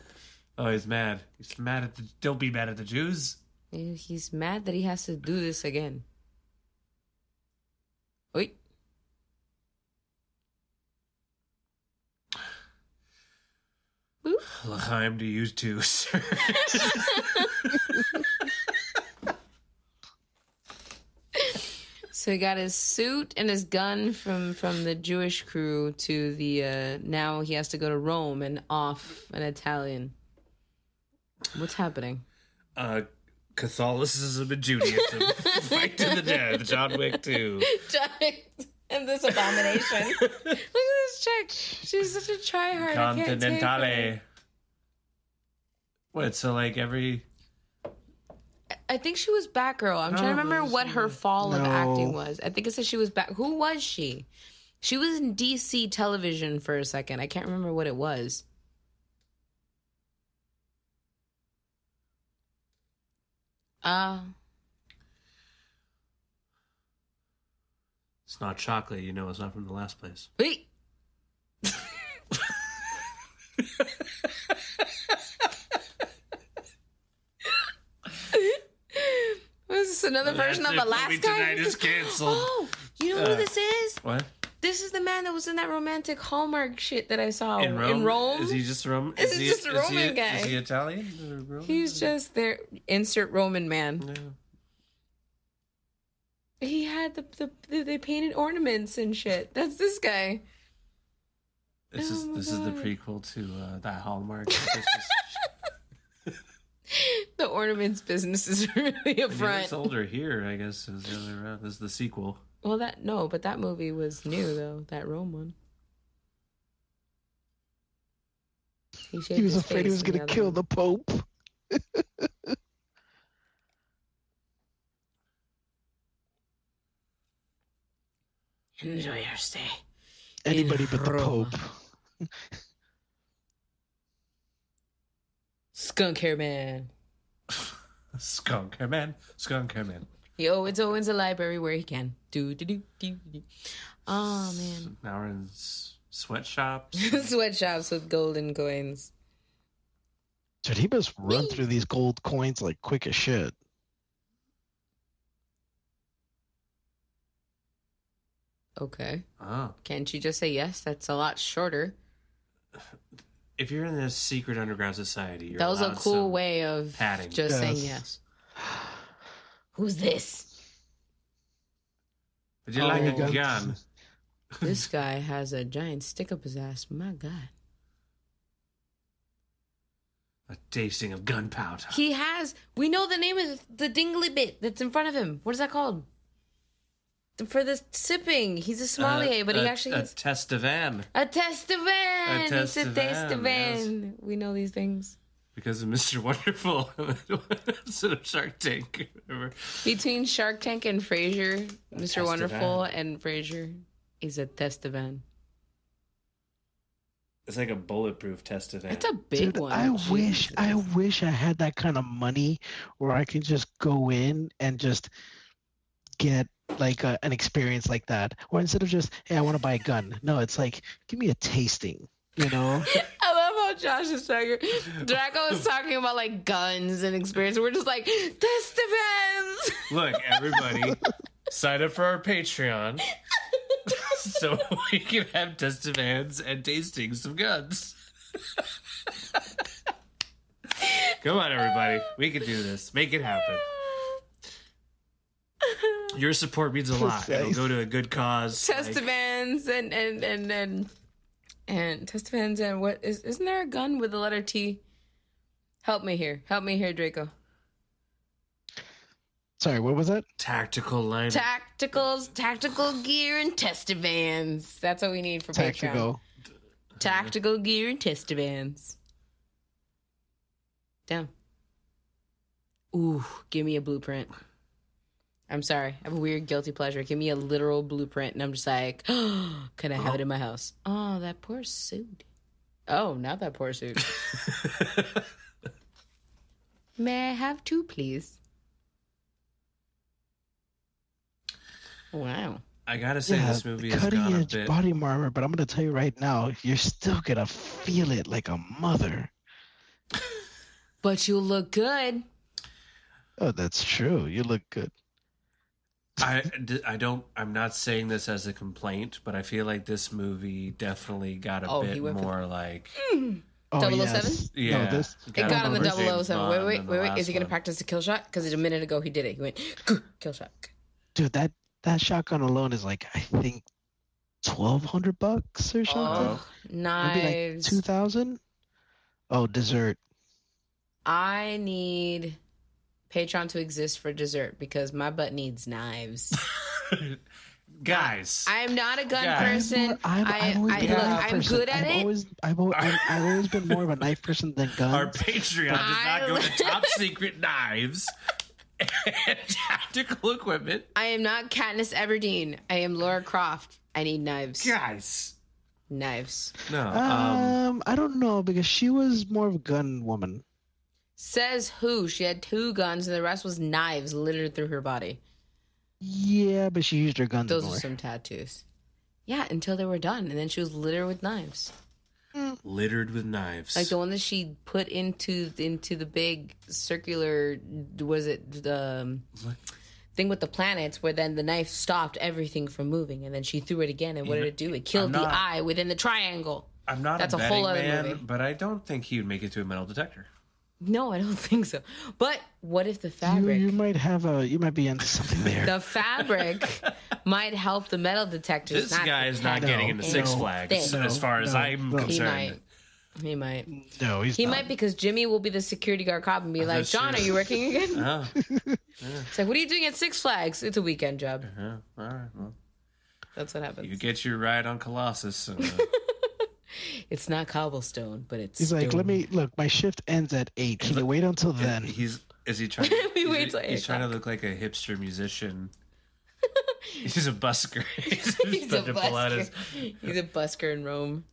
B: Oh, he's mad. He's mad at the. Don't be mad at the Jews.
E: He- He's mad that he has to do this again. Wait.
B: L'chaim to you too, sir.
E: So he got his suit and his gun from from the Jewish crew to the uh now he has to go to Rome and off an Italian. What's happening?
B: Uh, Catholicism and Judaism fight to the death. John Wick too.
E: and this abomination. Look at this chick. She's such a tryhard. I can't take her.
B: Continentale. What? So like every
E: I think she was Batgirl. I'm trying to remember
B: Oh,
E: what her fall of
F: No.
E: acting was. I think it said she was back. Who was she? She was in DC television for a second. I can't remember what it was. Uh,
B: it's not chocolate, you know, it's not from the last place.
E: wait. Was this another version
B: That's
E: of
B: it for me
E: Alaska?
B: Tonight is canceled.
E: Oh, you know who
B: Uh,
E: this is?
B: What?
E: This is the man that was in that romantic Hallmark shit that I saw
B: In Rome?
E: In Rome?
B: Is he just Rome?
E: Is
B: he
E: he just a
B: is he,
E: Roman guy?
B: Is he Italian? Or Roman?
E: He's just there. Insert Roman man.
B: No.
E: He had the, the, the they painted ornaments and shit. That's this guy.
B: This is
E: Oh my
B: this is the
E: God.
B: prequel to uh, that Hallmark. It's just-
E: The ornaments business is really a
B: I mean,
E: front.
B: It's older here, I guess. Is the other round. This is the sequel.
E: Well, that no, but that movie was new though. That Rome one. He, shaved
F: He was
E: his
F: afraid he
E: face
F: was
E: in the
F: gonna
E: other
F: kill
E: one.
F: the Pope.
E: Enjoy your stay.
F: Anybody but the
E: Roma.
F: Pope.
E: Skunk hair man.
B: Skunk hair man. Skunk hair man.
E: He always owns a library where he can. Do do do do do. Oh man.
B: Now we're in s- sweatshops.
E: Sweatshops with golden coins.
F: Dude, he must run through these gold coins like quick as shit.
E: Okay.
B: oh.
E: Can't you just say yes? That's a lot shorter.
B: If you're in a secret underground society, you're
E: that was a
B: allowed
E: cool
B: some-
E: way of
B: padding.
E: just
F: Yes.
E: saying yes. Who's this?
B: Would you like
E: Oh.
B: a gun?
E: this guy has a giant stick up his ass. My God.
B: A tasting of gunpowder.
E: He has. We know the name of the dingly bit that's in front of him. What is that called? For the sipping, he's a sommelier,
B: Uh,
E: but he
B: a-
E: actually
B: a
E: has
B: testavan
E: a testavan. It's a
B: testavan,
E: testavan. We know these things.
B: because of Mr. Wonderful instead of Shark Tank. or whatever.
E: Between Shark Tank and Frasier, Mr.
B: testavan.
E: Wonderful and Frasier is a testavan.
B: It's like a bulletproof testavan.
E: That's a big
F: Dude,
E: one.
F: I wish I
E: Jesus.
F: wish I had that kind of money where I could just go in and just get like a, an experience like that. Or instead of just, hey, I want to buy a gun. No, it's like, give me a tasting, you know?
E: I love how Josh is talking. Draco is talking about like guns and experience. We're just like testaments.
B: Look, everybody, sign up for our Patreon so we can have testivans and tastings of guns. Come on, everybody. We can do this. Make it happen. Your support means a lot. It'll go to a good cause. like-
E: Testaments and and and and and testaments and what is? Isn't there a gun with the letter T? Help me here. Help me here, Draco.
F: Sorry, what was that?
B: tactical line.
E: Tacticals, tactical gear, and testaments. That's what we need for Patreon.
F: Tactical.
E: Tactical gear and testaments. Down. Ooh, give me a blueprint. I'm sorry. I have a weird guilty pleasure. Give me a literal blueprint, and I'm just like, could I have it in my house? Oh, that poor suit. Oh, not that poor suit. May I have two, please? Wow.
C: I gotta say,
F: Yeah,
C: this movie has
F: cutting
C: gone a
F: edge
C: bit.
F: body armor, but I'm gonna tell you right now, you're still gonna feel it like a mother.
E: But you look good.
F: Oh, that's true. You look good.
C: I, d- I don't. I'm not saying this as a complaint, but I feel like this movie definitely got a
E: Oh, he
C: bit
E: went for-
C: more like.
F: Oh,
E: 007?
F: yes.
C: Yeah,
F: No, this,
E: It
C: Got
E: got
C: him
E: on the
C: over James
E: 007. Wait,
C: Bond
E: wait,
C: in the
E: wait, wait. Is
C: last
E: he going to
C: one.
E: practice the kill shot? Because a minute ago he did it. He went, kill shot.
F: dude, that that shotgun alone is like I think twelve hundred bucks or something.
E: Oh,
F: Maybe like
E: knives.
F: two thousand. Oh, dessert.
E: I need Patreon to exist for dessert because my butt needs knives.
C: Guys,
E: I am not a gun
C: Guys.
E: person.
F: I'm, i
E: I, I,
C: been a knife
E: look, I'm good at
F: I've
E: it.
F: Always, I've, al- I've, I've always been more of a knife person than guns.
C: our Patreon does not go to top secret knives and tactical equipment.
E: I am not Katniss Everdeen. I am Laura Croft. I need knives.
C: Guys,
E: Knives.
C: no. Um,
F: Um, I don't know because she was more of a gun woman.
E: Says who? She had two guns and the rest was knives littered through her body.
F: Yeah, but she used her guns
E: Those
F: more.
E: are some tattoos. Yeah, until they were done. And then she was littered with knives.
C: littered with knives.
E: Like the one that she put into into the big circular was it the um,
C: What?
E: thing with the planets where then the knife stopped everything from moving and then she threw it again and what did it do? It killed
C: not-
E: the eye within the triangle.
C: I'm not
E: That's
C: a
E: a
C: betting
E: whole other
C: man,
E: movie.
C: but I don't think he would make it to a metal detector.
E: No, I don't think so. But what if the
F: you,
E: fabric
F: you might have a you might be into something there.
E: the fabric might help the metal detectors.
C: This
E: not
C: guy
E: the
C: is not
E: cat.
C: getting into
E: No,
C: Six
E: no,
C: Flags,
E: no,
C: as far as
F: no,
C: I'm
F: no. He
E: He
C: concerned.
E: might. He might.
F: no, he's
E: He
F: not.
E: might because Jimmy will be the security guard cop and be like,
C: That's
E: John,
C: true.
E: are you working again?
C: Oh,
E: It's like, what are you doing at Six Flags? It's a weekend job.
C: yeah, all right. Well,
E: That's what happens.
C: Uh-huh. you get your ride on Colossus. And, uh,
E: It's not cobblestone, but it's.
F: He's like,
E: stone.
F: let me look. My shift ends at eight. Can you wait until then?
C: he's is he trying?
E: We
C: he's-
E: wait till
C: he's
E: eight
C: trying to look like a hipster musician. he's a busker. he's
E: He's a
C: about to pull out
E: busker.
C: his-
E: He's a busker in Rome.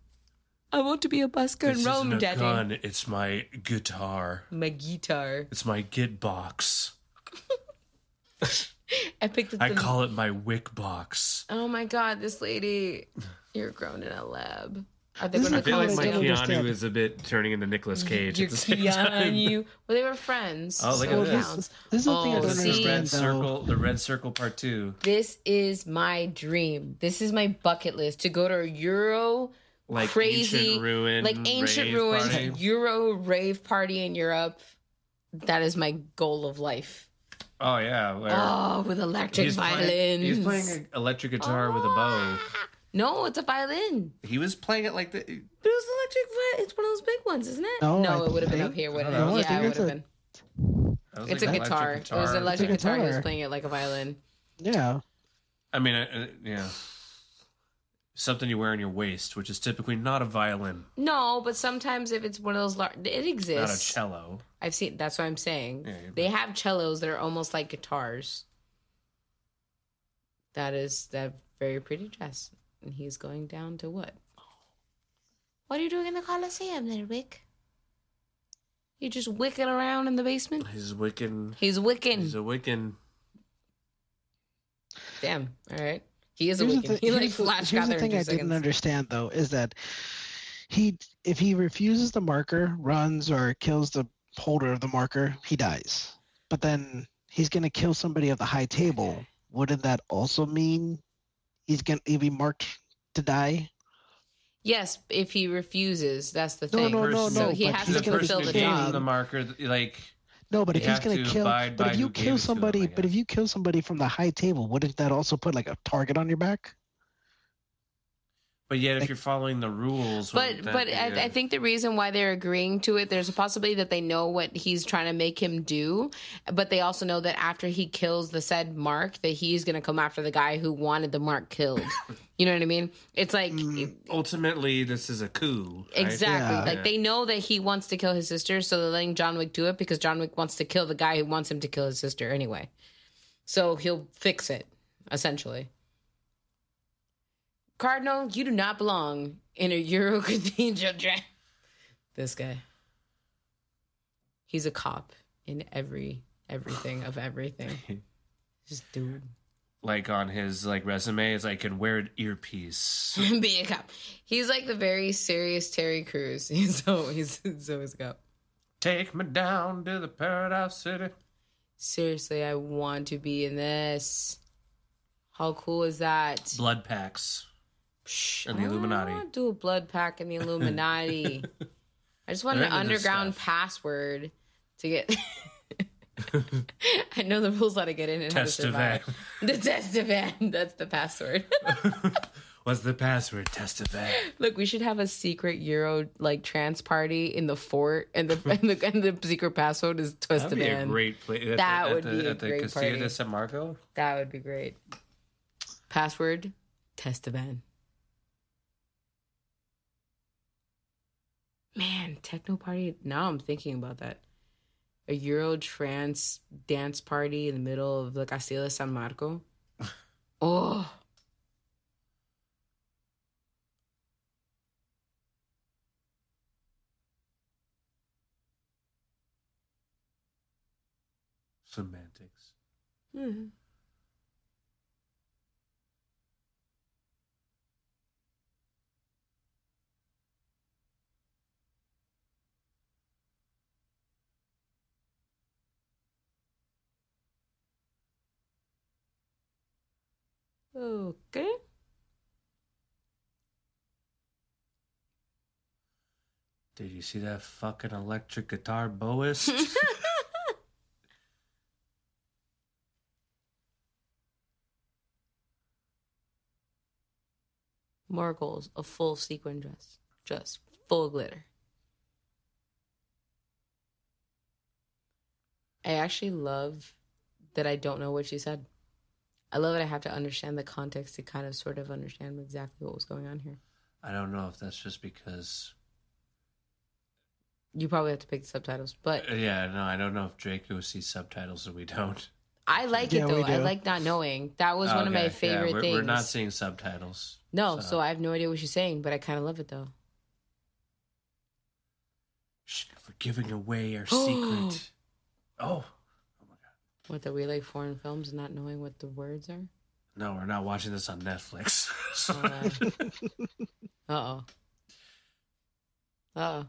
E: I want to be a
C: This
E: busker in
C: isn't
E: Rome,
C: a
E: Daddy.
C: gun. It's my guitar.
E: My guitar.
C: It's my git box.
E: I picked up
C: I
E: the.
C: call it my wick box.
E: oh my god, this lady! You're grown in a lab. Are they
F: This is
E: going to
F: a feel
E: call
F: like
E: us
F: my
E: down?
F: don't understand.
C: is a bit turning into Nicolas Cage
E: You're Keanu. Well, they were friends.
C: Oh, look
E: so
C: at
E: it
C: this.
E: counts.
F: This is the thing I
E: Oh,
F: don't
C: Is this the
E: see.
F: understand
C: red
F: though.
C: circle? The red circle part two.
E: This is my dream. This is my bucket list to go to a Euro
C: Like
E: crazy
C: ancient ruin.
E: like ancient
C: rave
E: ruins
C: party.
E: euro rave party in europe that is my goal of life
C: Oh yeah. Where
E: oh with electric violins
C: Playing, he's playing an electric guitar with a
E: Ah,
C: bow.
E: no it's a violin
C: He was playing it like the.
E: but it was electric violin it's one of those big ones isn't it
F: No, I
E: it would have been up
F: think-
E: here wouldn't
C: No,
E: it
C: I
E: yeah
F: think
E: it would
F: it's
E: have
F: a-
E: been
C: that was
E: it's
C: like
E: a
C: an
E: guitar.
C: electric
E: it was an electric
F: It's a
E: guitar. he was
F: guitar.
E: playing it like a violin
F: Yeah.
C: I mean, uh, uh, yeah. Something you wear on your waist, which is typically not a violin,
E: no but sometimes if it's one of those large it
C: not a
E: exists
C: cello.
E: i've seen that's what i'm saying
C: Yeah,
E: they have cellos that are almost like guitars that is that very pretty dress and he's going down to what what are you doing in the coliseum there wick you just wicking around in the basement
C: He's Wiccan.
E: he's wicking
C: He's a Wiccan.
E: damn all right he is
F: Here's
E: a
F: the
E: wicking
F: thi-
E: he like
F: here's the-
E: flash
F: here's
E: got
F: the
E: there in
F: thing
E: two
F: I
E: seconds
F: didn't understand though is that he if he refuses the marker, runs or kills the holder of the marker, he dies. But then he's gonna kill somebody of the high table. Wouldn't that also mean he's gonna he'd be marked to die?
E: yes if he refuses that's the
F: No,
E: thing
F: no,
C: no,
E: so
C: no,
E: he
F: but
E: has
F: he's
E: to
F: gonna
E: fulfill
F: be
E: the
F: king.
E: job
C: the marker, th- like
F: No, but if
C: You
F: he's
C: have
F: gonna
C: to
F: kill,
C: abide
F: but
C: by
F: if you
C: who gave it
F: kill
C: to him,
F: somebody,
C: I
F: but if
C: guess.
F: you kill somebody from the high table, wouldn't that also put like a target on your back?
C: But yet, if
F: Like-
C: you're following the rules,
E: But but I, I think the reason why they're agreeing to it, there's a possibility that they know what he's trying to make him do, but they also know that after he kills the said mark, that he's going to come after the guy who wanted the mark killed. you know what I mean? It's like
C: ultimately this is a coup. right?
E: exactly
F: Yeah.
E: like they know that he wants to kill his sister, so they're letting John Wick do it because John Wick wants to kill the guy who wants him to kill his sister anyway. So he'll fix it, essentially. Cardinal, you do not belong in a Euro cathedral draft. This guy. He's a cop in every everything of everything. Just dude.
C: Like on his like resume, it's like can wear an earpiece.
E: be a cop. He's like the very serious Terry Crews. He's always he's always a cop.
C: Take me down to the paradise city.
E: Seriously, I want to be in this. How cool is that?
C: Blood packs.
E: Psh,
C: And the Illuminati.
E: I don't want to do a blood pack in the Illuminati. I just want
C: They're
E: an
C: into this
E: underground
C: stuff.
E: password to get. I know the rules how to get in and
C: Test
E: how to survive.
C: event.
E: The test event. That's the password.
C: What's the password? Test of that.
E: Look, we should have a secret Euro like trans party in the fort, and the and the, and the secret password is twist
C: That'd be a
E: event.
C: great place. At
E: That
C: the,
E: would
C: at
E: be
C: the,
E: a
C: at the
E: great
C: Castillo
E: party.
C: de San Marco.
E: That would be great. Password test event. Man, techno party. Now I'm thinking about that. A Euro trance dance party in the middle of the Castilla de San Marco. Oh.
C: Semantics.
E: Hmm. Okay.
C: Did you see that fucking electric guitar boist?
E: More goals, a full sequin dress, just full glitter. I actually love that I don't know what she said. I love it. I have to understand the context to kind of sort of understand exactly what was going on here.
C: I don't know if that's just because.
E: You probably have to pick the subtitles, but
C: Yeah, no, I don't know if Draco sees subtitles and we don't.
E: I like
F: Yeah,
E: it
F: we
E: though. I
F: do.
E: like not knowing. That was one of
C: Okay,
E: my
C: yeah,
E: favorite
C: we're,
E: things.
C: We're not seeing subtitles.
E: no, so I have no idea what she's saying, but I kind of love it though.
C: Shh, we're giving away our secret. Oh,
E: What that we like foreign films and not knowing what the words are.
C: no, we're not watching this on Netflix.
E: Uh oh. Uh oh.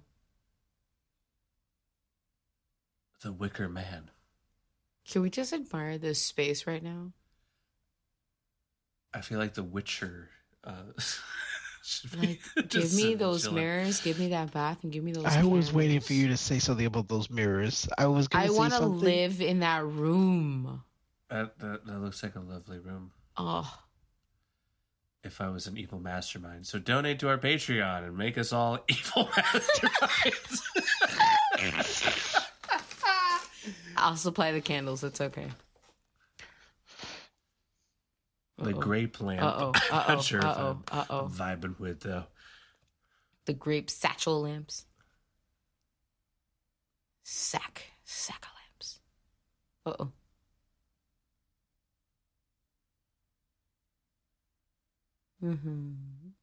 C: the Wicker Man.
E: Can we just admire this space right now?
C: I feel like The Witcher. Uh, should be
E: Like,
C: just
E: give me
C: sitting
E: those
C: chilling.
E: mirrors, give me that bath, and give me those.
F: I was waiting
E: candles.
F: for you to say something about those mirrors. I was gonna
E: I
F: say
E: want to
F: something.
E: live in that room.
C: That, that, that looks like a lovely room.
E: Oh,
C: If I was an evil mastermind, so donate to our Patreon and make us all evil masterminds.
E: I'll supply the candles. It's okay.
C: the grape lamp.
E: Uh-oh, uh-oh,
C: not sure if
E: uh-oh,
C: I'm,
E: uh-oh.
C: I'm vibing with though.
E: The grape satchel lamps. Sack. Sack of lamps. Uh oh. Mm-hmm.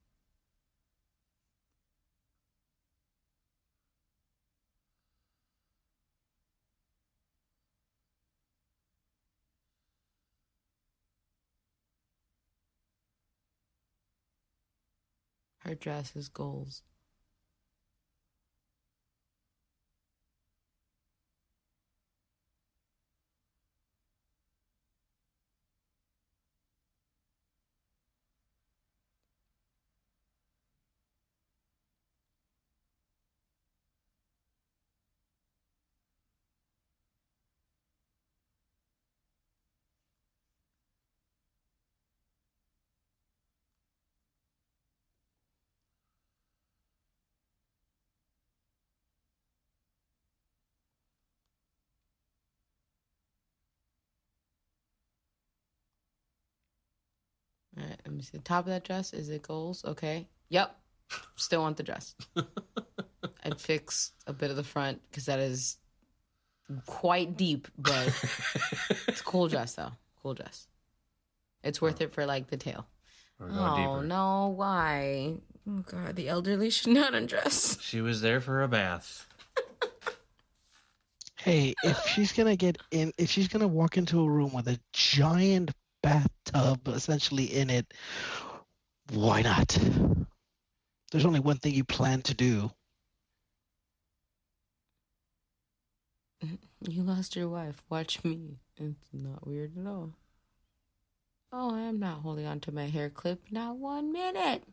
E: Her dress is goals. All right, let me see. The top of that dress is it goals? Okay. Yep. Still want the dress. I'd fix a bit of the front because that is quite deep, but it's a cool dress though. Cool dress. It's worth it for like the tail.
C: We're going
E: Oh
C: deeper.
E: no, why? Oh god, the elderly should not undress.
C: She was there for a bath.
F: Hey, if she's gonna get in, if she's gonna walk into a room with a giant bathtub essentially in it, why not? There's only one thing you plan to do.
E: You lost your wife. Watch me. It's not weird at all. Oh, I am not holding on to my hair clip. Not one minute.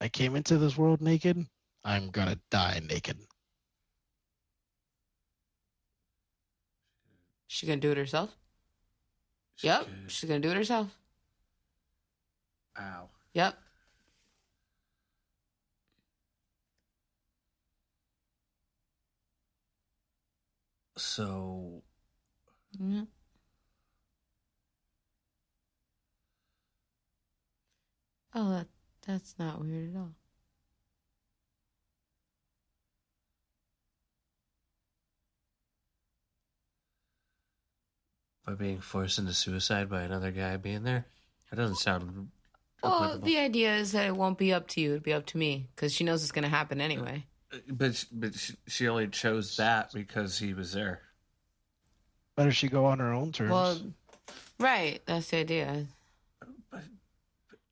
F: I came into this world naked. I'm gonna die naked.
E: She gonna do it herself? Yep.
C: could.
E: She's gonna do it herself.
C: Ow.
E: Yep.
C: So
E: Yeah. Oh, that, that's not weird at all.
C: by being forced into suicide by another guy being there, that doesn't sound.
E: Well,
C: applicable.
E: the idea is that it won't be up to you; it'd be up to me, because she knows it's gonna happen anyway.
C: But sh- but sh- she only chose that because he was there.
F: Better she go on her own terms.
E: Well, right. That's the idea.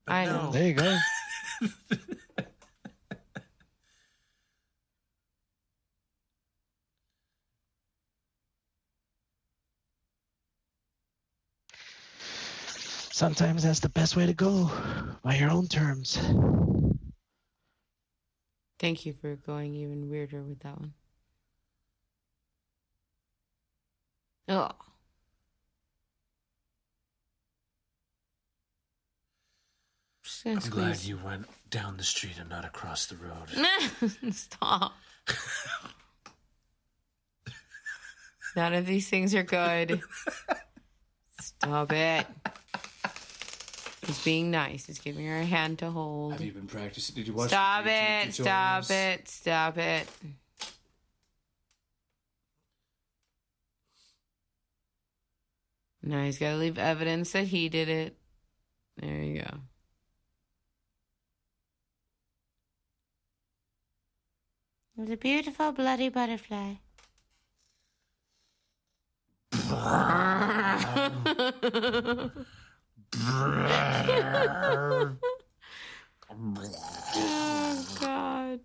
E: I know.
F: there you go. Sometimes that's the best way to go, by your own terms.
E: Thank you for going even weirder with that one. Oh, Just gonna
C: I'm glad
E: squeeze-
C: you went down the street and not across the
E: Mm.
C: road.
E: Stop. None of these things are good. Stop it. He's being nice. He's giving her a hand to hold.
B: you been practicing? Did you
E: Stop it. Stop it. Stop it. Now he's got to leave evidence that he did it. There you go. It's a beautiful bloody butterfly. oh God.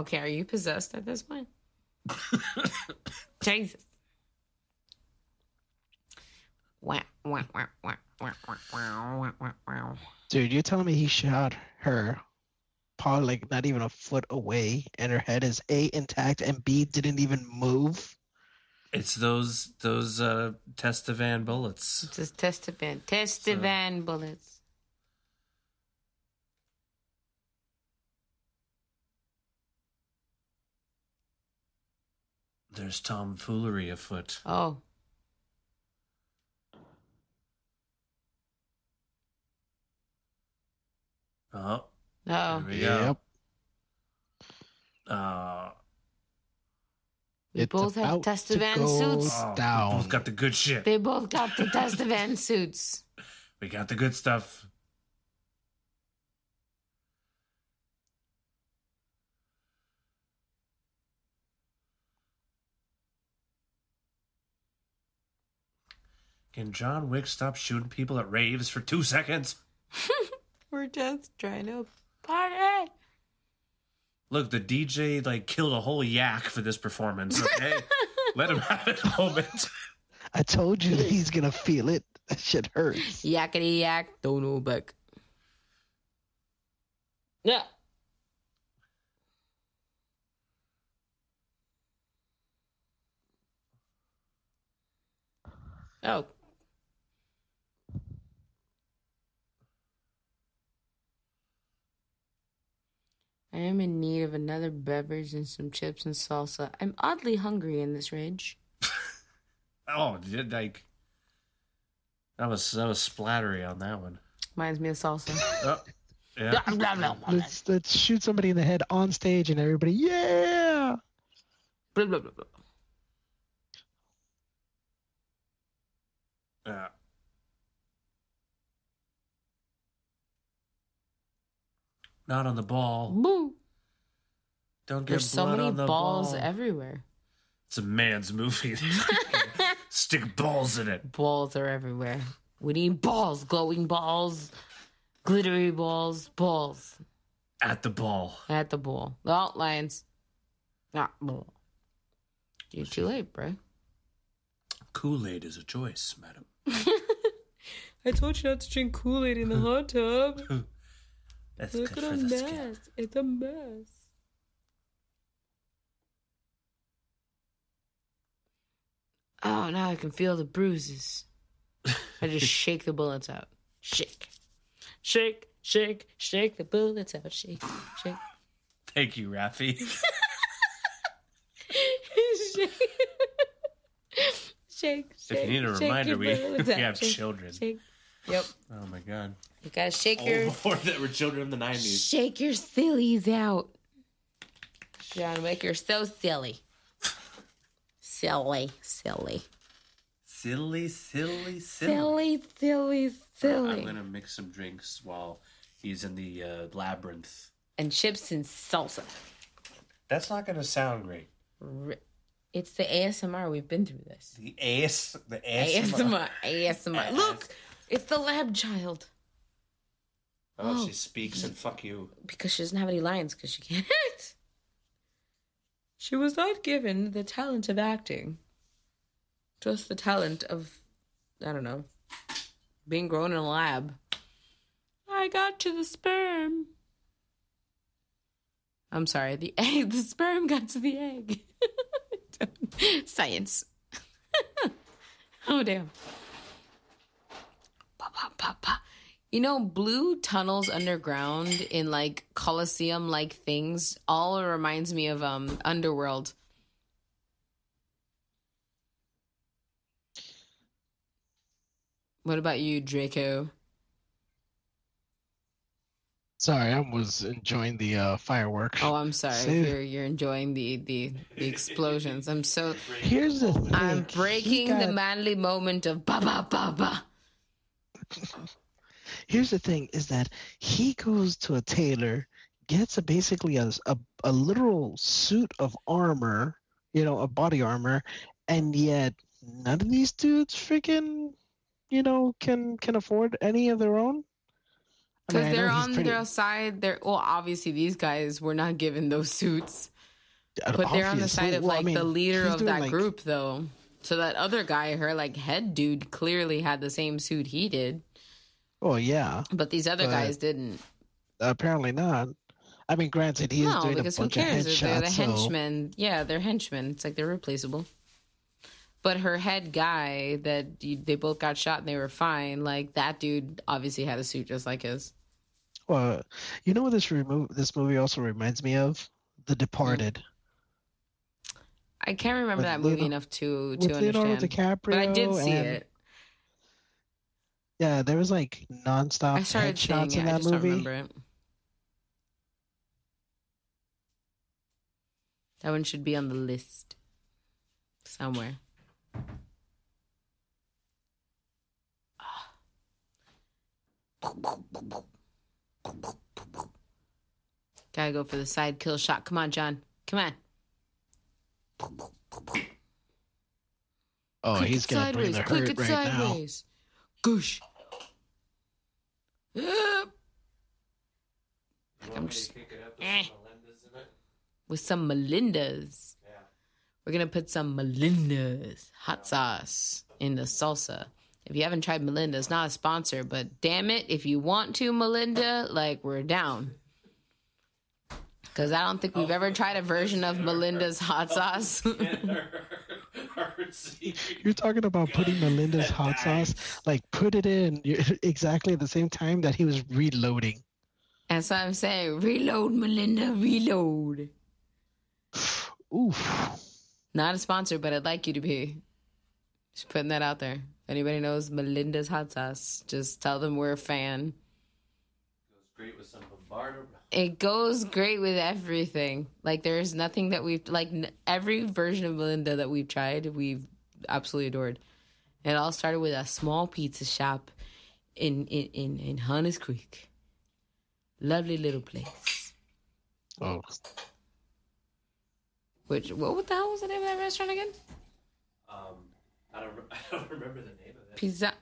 E: Okay, are you possessed at this point? Jesus. Wow, wow, wow, wow, wow, wow, wow, wow, wow.
F: Dude, you're telling me he shot her probably like not even a foot away, and her head is A, intact, and B, didn't even move?
C: It's those those uh Testavan bullets.
E: Just testavan, testavan bullets.
C: There's tomfoolery afoot.
E: Oh,
C: Oh,
E: no,
C: here we go.
F: Yep.
C: Uh,
E: we
F: It's
E: both have
F: about to
E: testavan
F: go
E: suits.
C: oh,
F: Down.
C: We both got the good shit.
E: They both got the testavan suits.
C: We got the good stuff. Can John Wick stop shooting people at raves for two seconds?
E: We're just trying to party.
C: Look, the DJ like killed a whole yak for this performance. Okay, let him have it a moment.
F: I told you that he's gonna feel it. That shit hurts.
E: Yakety yak, don't know back. Yeah. Oh. I am in need of another beverage and some chips and salsa. I'm oddly hungry in this rage.
C: Oh, did like that was that was splattery on that one.
E: Reminds me of salsa.
C: Oh, Yeah.
E: Blah, blah, blah, blah.
F: Let's let's shoot somebody in the head on stage and everybody, yeah.
B: Blah, blah, blah, blah.
C: Yeah. Not on the ball.
E: Boo.
C: Don't get
E: There's so
C: blood
E: many
C: on the
E: balls
C: ball.
E: everywhere.
C: it's a man's movie. Stick balls in it.
E: Balls are everywhere. We need balls, glowing balls, glittery balls, balls
C: At the ball.
E: at the ball. The outlines, not ball. You're too late, bro.
C: Kool Aid is a choice, madam.
E: I told you not to drink Kool Aid in the hot tub.
C: That's
E: Look
C: good
E: at a
C: for the skin.
E: mess. It's a mess. Oh, now I can feel the bruises. I just shake the bullets out. Shake. Shake, shake, shake the bullets out. Shake, shake.
C: Thank you, Rafi.
E: shake. shake, shake.
C: if you need a
E: shake
C: reminder,
E: your
C: we,
E: bullets
C: we
E: out.
C: have
E: Shake,
C: children.
E: Shake. Yep.
C: Oh my god.
E: You gotta shake your
C: Oh lord, that were children in the 90s.
E: Shake your sillies out. John Wick, you're so silly. Silly, silly.
C: Silly, silly, silly.
E: Silly, silly,
C: I'm
E: silly.
C: gonna mix some drinks while he's in the uh, labyrinth.
E: And chips and salsa.
C: That's not gonna sound great.
E: R- It's the ASMR. We've been through this.
C: The ass, the ass.
E: ASMR. ASMR. Look, it's the lab child.
C: Oh, she speaks and fuck you.
E: Because she doesn't have any lines because she can't act. She was not given the talent of acting, just the talent of, I don't know, being grown in a lab. I got to the sperm. I'm sorry, the egg, the sperm got to the egg. Science. oh, damn. Pa, pa, pa, pa. You know, blue tunnels underground in like Colosseum like things all reminds me of um Underworld. What about you, Draco?
F: Sorry, I was enjoying the uh, fireworks.
E: Oh, I'm sorry.
F: Say-
E: You're you're enjoying the the, the explosions. I'm so
F: Here's the thing.
E: I'm
F: he
E: breaking the
F: got-
E: manly moment of ba ba ba ba.
F: Here's the thing is that he goes to a tailor, gets a basically a, a, a literal suit of armor, you know, a body armor, and yet none of these dudes freaking, you know, can can afford any of their own. I mean,
E: Because
F: I know
E: they're
F: he's
E: on
F: pretty-
E: their side. They're well, obviously these guys were not given those suits. But they're on the side
F: obviously.
E: of
F: Well, I
E: like the
F: mean,
E: leader
F: he's
E: of
F: doing,
E: that
F: like-
E: group, though. So that other guy, her like head dude, clearly had the same suit he did,
F: Oh yeah,
E: but these other
F: But-
E: guys didn't.
F: apparently not. I mean, granted, he is
E: no,
F: doing
E: because who
F: a bunch of
E: cares? If they're
F: headshots.
E: the
F: so
E: henchmen. Yeah, they're henchmen. It's like they're replaceable. But her head guy that you, they both got shot and they were fine. Like that dude obviously had a suit just like his.
F: Well, you know what this remo- this movie also reminds me of? The Departed.
E: I can't remember
F: With
E: that movie
F: Leonardo-
E: enough to to
F: With Leonardo
E: understand.
F: DiCaprio.
E: But I did see
F: and-
E: it.
F: Yeah, there was like nonstop
E: I started seeing
F: headshots
E: it.
F: in
E: I
F: that
E: just don't
F: movie.
E: remember it. That one should be on the list somewhere. Gotta go for the side kill shot. Come on, John. Come on.
F: Oh,
E: Click
F: he's
E: it
F: gonna bring
E: sideways.
F: the
E: Click
F: hurt
E: it
F: right now.
E: sideways. Goosh. Ah. Like I'm just Eh. with some Melindas. We're gonna put some Melindas hot sauce in the salsa. If you haven't tried Melinda, it's not a sponsor, but damn it, if you want to, Melinda, like we're down. Cause I don't think we've ever tried a version of Melinda's hot sauce.
F: You're talking about putting Melinda's hot sauce, like put it in you- exactly at the same time that he was reloading.
E: That's what I'm saying. Reload, Melinda, reload.
F: Oof.
E: Not a sponsor, but I'd like you to be. Just putting that out there. If anybody knows Melinda's hot sauce, just tell them we're a fan.
G: Great with some bombard.
E: It goes great with everything. Like there is nothing that we've like n- every version of Melinda that we've tried, we've absolutely adored. It all started with a small pizza shop in in in, in Hunters Creek. Lovely little place.
F: Oh,
E: Which what what the hell was the name of that restaurant again?
G: Um, I don't. I don't remember the name of it.
E: Pizza.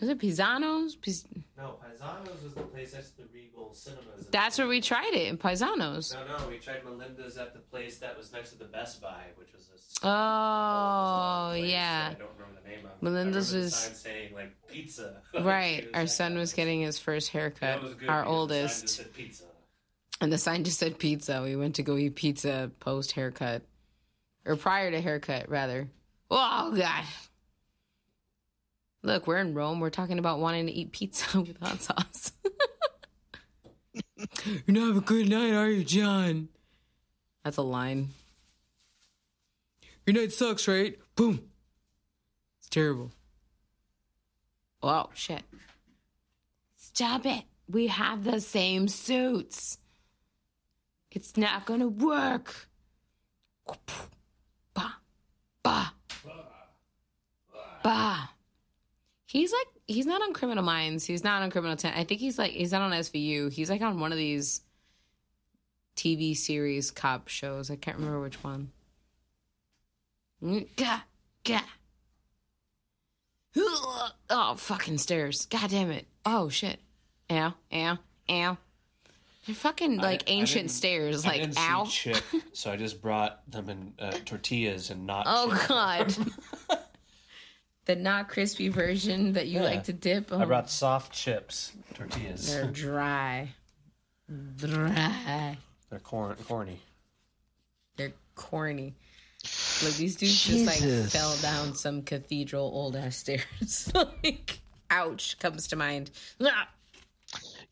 E: Is it Pisano's? Piz-
G: No, Paisanos was the place next to the Regal Cinemas.
E: That's where we tried it in Pisano's.
G: No, no, we tried Melinda's at the place that was next to the Best Buy, which was a.
E: Oh
G: place
E: yeah.
G: that I don't remember the name of. I
E: Melinda's
G: remember the
E: was-
G: sign saying like pizza.
E: Right.
G: It
E: Our
G: like
E: son
G: that.
E: was getting his first haircut.
G: That was good
E: Our
G: because the sign just
E: oldest.
G: said pizza.
E: And the sign just said pizza. We went to go eat pizza post haircut. Or prior to haircut, rather. Oh god. Look, we're in Rome. We're talking about wanting to eat pizza with hot sauce. You're not having a good night, are you, John? That's a line. Your night sucks, right? Boom. It's terrible. Oh shit. Stop it. We have the same suits. It's not gonna work. Bah. Bah. Bah. He's like he's not on criminal minds. He's not on criminal ten. I think he's like he's not on SVU. He's like on one of these TV series cop shows. I can't remember which one. Mm, Gah, gah. Oh, fucking stairs. God damn it. Oh, shit. Ow, ow, ow. They're fucking like
C: I
E: ancient
C: didn't-
E: stairs.
C: I
E: Like,
C: didn't see
E: ow.
C: chip, so I just brought them in uh, tortillas and not.
E: Oh
C: chip.
E: God. the not crispy version that you
C: Yeah.
E: like to dip. Oh,
C: I brought soft chips tortillas.
E: They're
C: They're,
E: dry. Dry.
C: corn- corny.
E: They're corny. Like these dudes just like
F: Jesus.
E: fell down some cathedral old ass stairs. like, ouch comes to mind. Ah!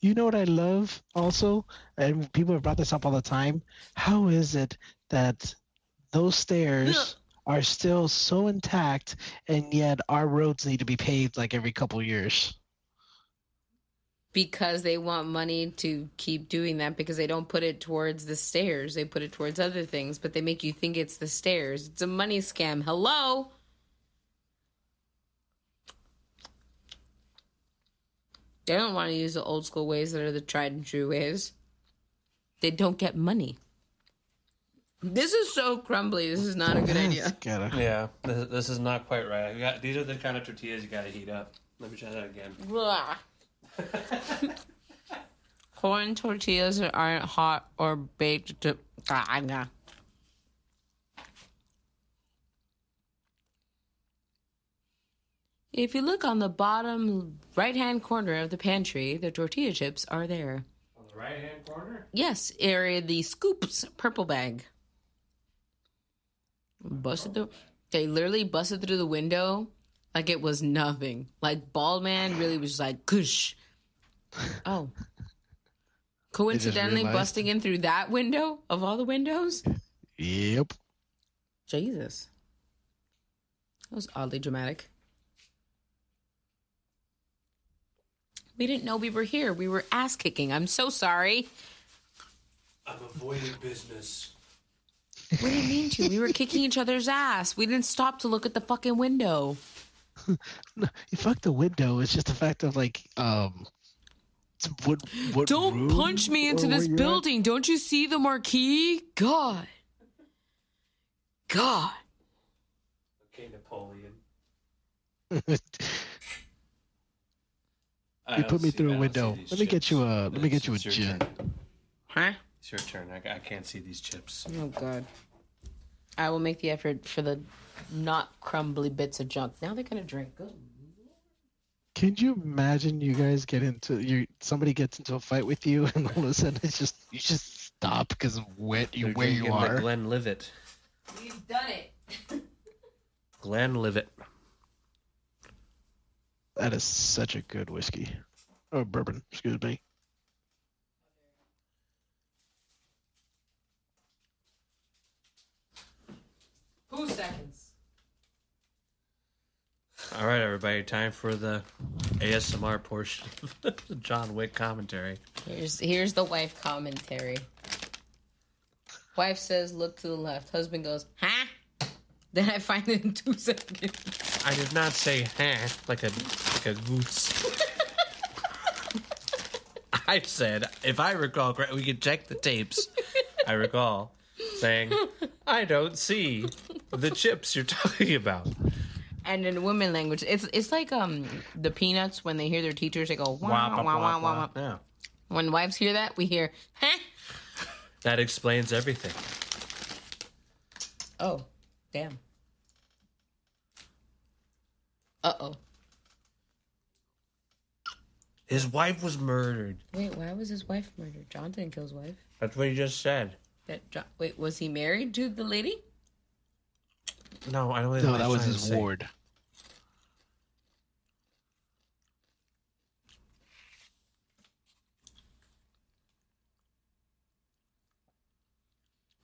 F: You know what I love also, and people have brought this up all the time. How is it that those stairs are still so intact, and yet our roads need to be paved like every couple years?
E: Because they want money to keep doing that because they don't put it towards the stairs. They put it towards other things, but they make you think it's the stairs. It's a money scam. Hello? They don't want to use the old school ways that are the tried and true ways. They don't get money. This is so crumbly. This is not a good idea.
F: Gotta-
C: Yeah, this, this is not quite right. I got, these are the kind of tortillas you got to heat up. Let me try that again.
E: Blah. Corn tortillas that aren't hot or baked. To, ah, nah. If you look on the bottom right hand corner of the pantry, the tortilla chips are there.
C: On the right hand corner.
E: Yes, area the scoops purple bag. Busted through. They literally busted through the window like it was nothing. Like bald man really was just like kush. Oh. Coincidentally
F: realized.
E: busting in through that window of all the windows?
F: Yep.
E: Jesus. That was oddly dramatic. We didn't know we were here. We were ass kicking. I'm so sorry.
G: I'm avoiding business.
E: We didn't mean to. We were kicking each other's ass. We didn't stop to look at the fucking window.
F: No, fuck the window. It's just the fact of like, um, it's what what?
E: Don't
F: room
E: punch me into
F: or
E: this
F: where you're at.
E: building. Don't you see the marquee? God. God.
C: Okay, Napoleon.
F: you put me through a window. Let me get you a. Let me get you a gin.
E: Huh?
C: It's your turn. I, I can't see these chips.
E: Oh, God. I will make the effort for the not crumbly bits of junk. Now they're going to drink. Good.
F: Can you imagine you guys get into you? Somebody gets into a fight with you, and all of a sudden it's just you just stop because of where you where you
C: The
F: are.
C: Glenlivet.
E: We've done it.
C: Glenlivet.
F: That is such a good whiskey, or bourbon. Excuse me.
E: Who seconds?
C: All right, everybody. Time for the ASMR portion of the John Wick commentary.
E: Here's here's the wife commentary. Wife says, "Look to the left." Husband goes, "Huh?" Then I find it in two seconds.
C: I did not say huh like a like a goose. I said, if I recall correct, we could check the tapes. I recall saying, "I don't see the chips you're talking about."
E: And in women language, it's it's like um the peanuts when they hear their teachers, they go wah wah wah wah wah. wah.
C: Yeah.
E: When wives hear that, we hear huh.
C: That explains everything.
E: Oh, damn. Uh oh.
C: His wife was murdered.
E: Wait, why was his wife murdered? John didn't kill his wife.
C: That's what he just said.
E: That John, wait, was he married to the lady?
C: No, I don't. think
F: No,
C: that's
F: that was
C: what I'm
F: his
C: saying.
F: ward.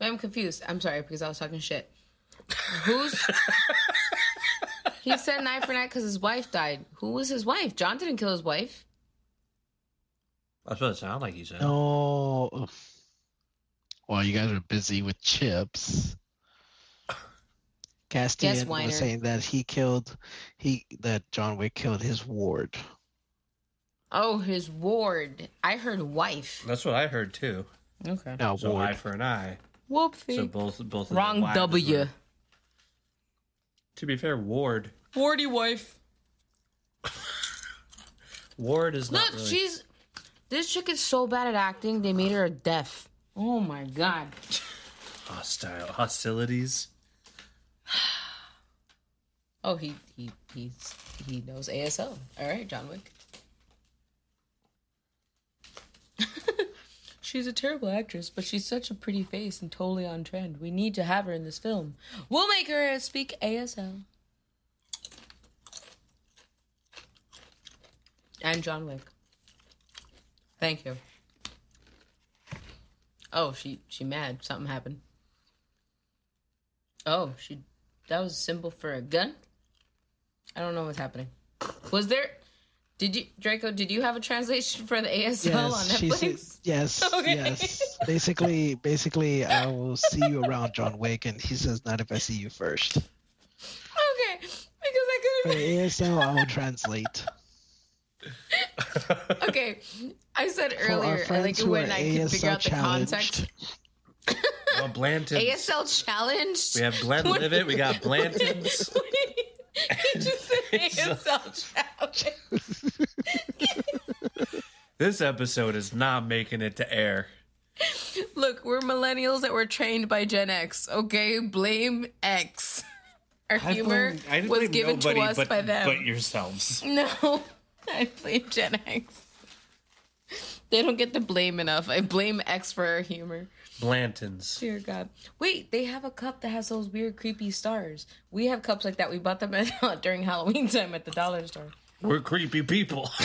E: Wait, I'm confused. I'm sorry because I was talking shit. Who's? he said night for night because his wife died. Who was his wife? John didn't kill his wife.
C: That's what it sounded like he said.
F: No. Well, you guys were busy with chips. Castian
E: Weiner.
F: was saying that he killed he that John Wick killed his ward.
E: Oh, his ward. I heard wife.
C: That's what I heard too.
E: Okay.
F: No
C: So eye
F: ward.
C: for an eye.
E: Whoopsie.
C: So both both of their
E: Wrong
C: wives
E: W.
C: were- to be fair, Ward
E: Wardy wife.
C: Ward is not
E: Look,
C: really.
E: she's. This chick is so bad at acting. They made her a deaf. Oh my god.
C: hostile hostilities.
E: Oh, he he he's he knows ASL. All right, John Wick. she's a terrible actress, but she's such a pretty face and totally on trend. We need to have her in this film. We'll make her speak ASL. And John Wick. Thank you. Oh, she she mad. Something happened. Oh, she that was a symbol for a gun. I don't know what's happening. Was there? Did you Draco? Did you have a translation for the ASL on
F: Yes, she said,
E: Netflix?
F: yes,
E: Okay.
F: yes. Basically, basically, I will see you around John Wick, and he says, "Not if I see you first.
E: Okay, because I
F: For
E: couldn't.
F: ASL, I will translate.
E: Okay, I said
F: For our
E: earlier, I
F: friends
E: like
F: who are
E: when I could figure
F: ASL
E: out the context.
F: challenged,
C: Well, Blanton.
E: ASL challenged.
C: We have Glenn
E: What-
C: Livett. We got Blanton.
E: he just said ASL challenged.
C: this episode is not making it to air.
E: Look, we're millennials that were trained by Gen X. Okay, blame X. Our humor was given to us by them.
C: but yourselves.
E: No, I blame Gen X. They don't get to blame enough. I blame X for our humor.
C: Blantons.
E: Dear God. Wait, they have a cup that has those weird, creepy stars. We have cups like that. We bought them at, during Halloween time at the dollar store.
C: We're creepy people.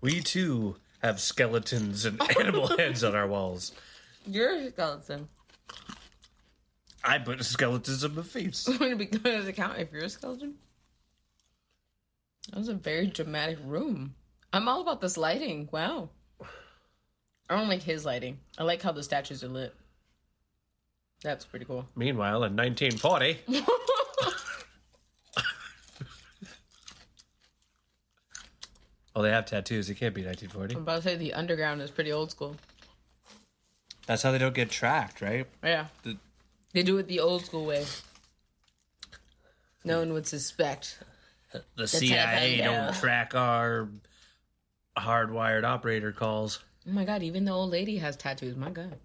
C: we too have skeletons and animal heads on our walls.
E: You're a skeleton.
C: I put skeletons on my face.
E: I'm going to be good as a count if you're a skeleton. That was a very dramatic room. I'm all about this lighting. Wow. I don't like his lighting. I like how the statues are lit. That's pretty cool.
C: Meanwhile, in 1940, oh, they have tattoos. It can't be 1940.
E: I'm about to say the underground is pretty old school.
C: That's how they don't get tracked, right?
E: Yeah.
C: The-
E: They do it the old school way. No one would suspect.
C: The CIA
E: telephone
C: don't
E: bill.
C: track our hardwired operator calls.
E: Oh my god, even the old lady has tattoos. My god.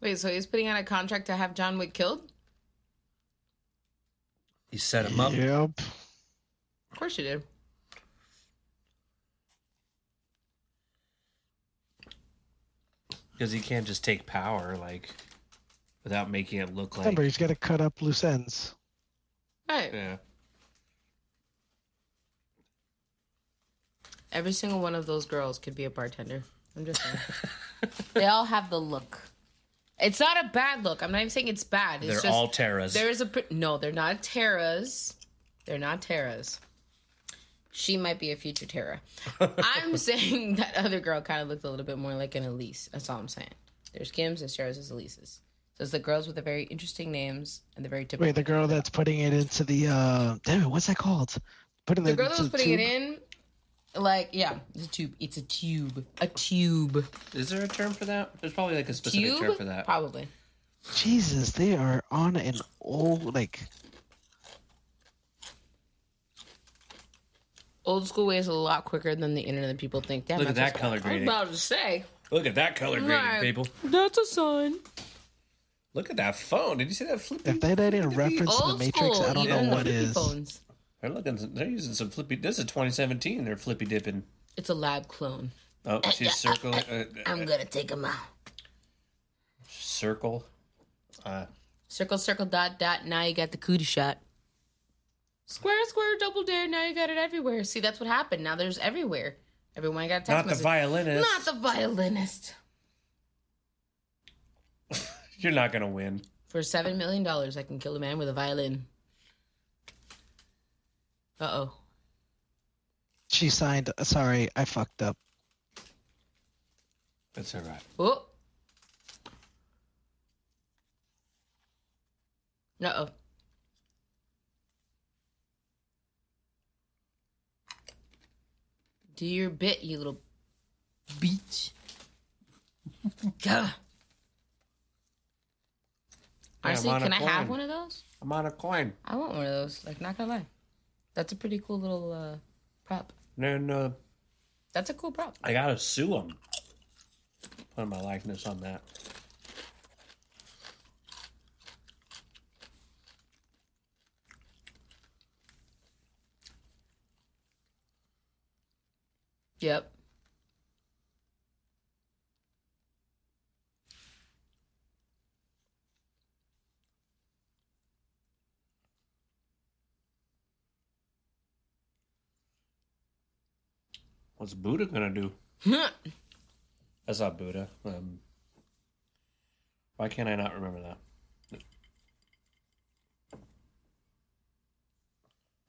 E: Wait, so he's putting out a contract to have John Wick killed?
C: He set him up.
F: Yep.
E: Of course you did.
C: because he can't just take power like without making it look like
F: Remember, he's got to cut up loose ends.
E: Right.
C: yeah.
E: Every single one of those girls could be a bartender. I'm just saying. they all have the look. It's not a bad look. I'm not even saying it's bad. It's
C: They're
E: just
C: all Terras.
E: there is a pr- no. They're not Terras. They're not Terras. She might be a future Terra. I'm saying that other girl kind of looked a little bit more like an Elise. That's all I'm saying. There's Kims, there's Terras, there's Elises. So it's the girls with the very interesting names and the very typical.
F: Wait, the girl that's putting it into the uh, damn it, what's that called? Putting
E: the
F: it
E: girl that
F: into
E: was
F: the
E: putting it
F: tube?
E: in, like yeah, it's a tube. It's a tube. A tube.
C: Is there a term for that? There's probably like a specific
E: Tube.
C: term for that.
E: Probably.
F: Jesus, they are on an old like.
E: Old school way is a lot quicker than the internet that people think. Damn,
C: Look at
E: that's
C: that
E: a-
C: color
E: I was
C: grading.
E: about to say
C: Look at that color grading,
E: Right.
C: people.
E: that's a sign.
C: Look at that phone. Did you see that flippy?
F: If that didn't reference the
E: Old
F: Matrix,
E: school.
F: I don't
E: even
F: know
E: the
F: what
E: flippy
F: is.
E: Phones.
C: They're looking. They're using some flippy. This is 2017. They're flippy dipping.
E: It's a lab clone.
C: Oh, she's circle. Uh, uh,
E: I'm gonna take them out.
C: circle. Uh,
E: Circle, circle, dot, dot. Now you got the cootie shot. Square, square, double dare. Now you got it everywhere. See, that's what happened. Now there's everywhere. Everyone got a text
C: not the
E: message.
C: violinist.
E: Not the violinist.
C: You're not gonna win.
E: For seven million dollars, I can kill a man with a violin. Uh oh.
F: She signed. Sorry, I fucked up.
C: That's all right.
E: Oh. Uh oh. Do your bit, you little bitch. Gah. Honestly,
C: I'm on a
E: can I have
C: coin.
E: one of those?
C: I'm on a coin.
E: I want one of those. Like, not gonna lie, that's a pretty cool little uh, prop.
C: And uh,
E: That's a cool prop.
C: I gotta sue him. Put my likeness on that.
E: Yep.
C: What's Buddha gonna do? That's not Buddha. Um, why can't I not remember that?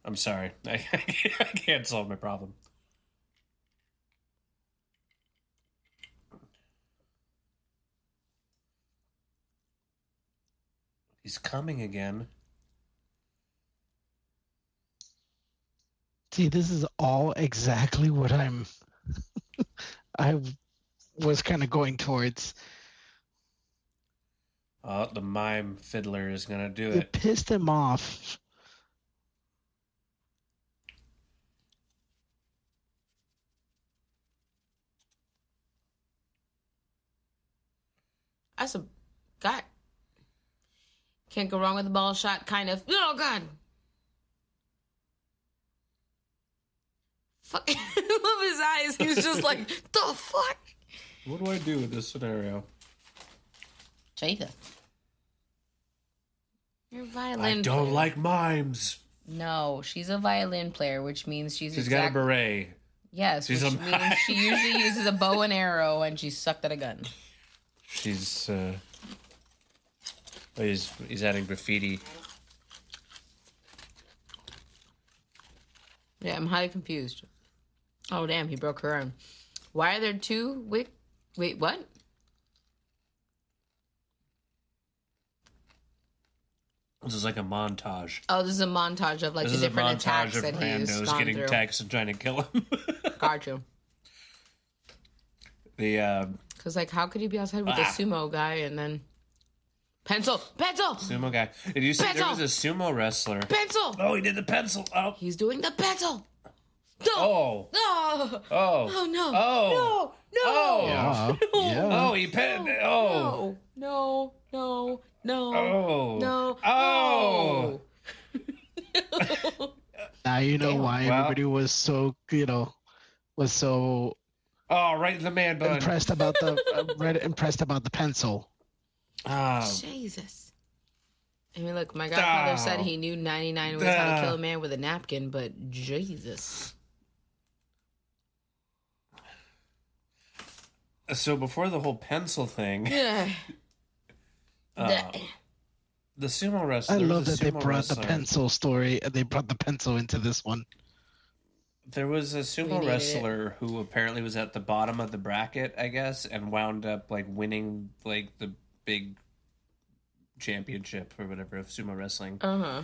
C: I'm sorry. I, I can't solve my problem. He's coming again.
F: See, this is all exactly what I'm. I was kind of going towards.
C: Oh, the mime fiddler is gonna do
F: It
C: it.
F: pissed him off.
E: That's a god. Can't go wrong with a ball shot, kind of. Oh god. Fuck. I love his eyes. He was just like, the fuck.
C: What do I do with this scenario?
E: Jesus. You're a violin.
C: I don't
E: player.
C: like mimes.
E: No, she's a violin player, which means she's.
C: She's
E: exact-
C: got a beret.
E: Yes,
C: She's
E: which
C: a-
E: means she usually uses a bow and arrow, and she's sucked at a gun.
C: She's uh oh, he's he's adding graffiti.
E: Yeah, I'm highly confused. Oh damn, he broke her arm. Why are there two wick? Wait, what?
C: This is like a montage.
E: Oh, this is a montage of like
C: This
E: the
C: is a
E: different
C: montage
E: attacks
C: of
E: that he's
C: randos
E: gone
C: getting
E: through.
C: texts and trying to kill him.
E: Got you.
C: the uh,
E: Because like, how could he be outside with a
C: Ah.
E: sumo guy and then pencil, pencil,
C: sumo guy. Did you see there
E: Pencil!
C: was a sumo wrestler?
E: pencil?
C: Oh, he did the pencil. Oh,
E: He's doing the pencil. No.
C: oh,
E: No.
C: oh,
E: Oh no.
C: Oh.
E: No. No.
C: Oh.
F: Uh, yeah.
C: oh, he pen. Oh,
E: No. No. No. No.
C: oh,
E: No.
C: oh.
E: No.
F: Now you know why
C: Well-
F: everybody was so you know was so
C: Oh, right in the man bun.
F: impressed about the uh, right, impressed about the pencil.
C: Oh,
E: Jesus. I mean, look, my godfather
C: Oh.
E: said he knew 99 ways how to
C: Ah.
E: kill a man with a napkin, but Jesus.
C: so before the whole pencil thing,
E: Yeah.
C: uh, the sumo wrestler.
F: I
C: there was
F: love
C: a
F: that
C: sumo
F: they brought the
C: wrestler-
F: pencil story. uh, They brought the pencil into this one.
C: There was a
E: needed
C: sumo
E: it.
C: wrestler who apparently was at the bottom of the bracket, I guess, and wound up like winning like the big championship or whatever of sumo wrestling.
E: Uh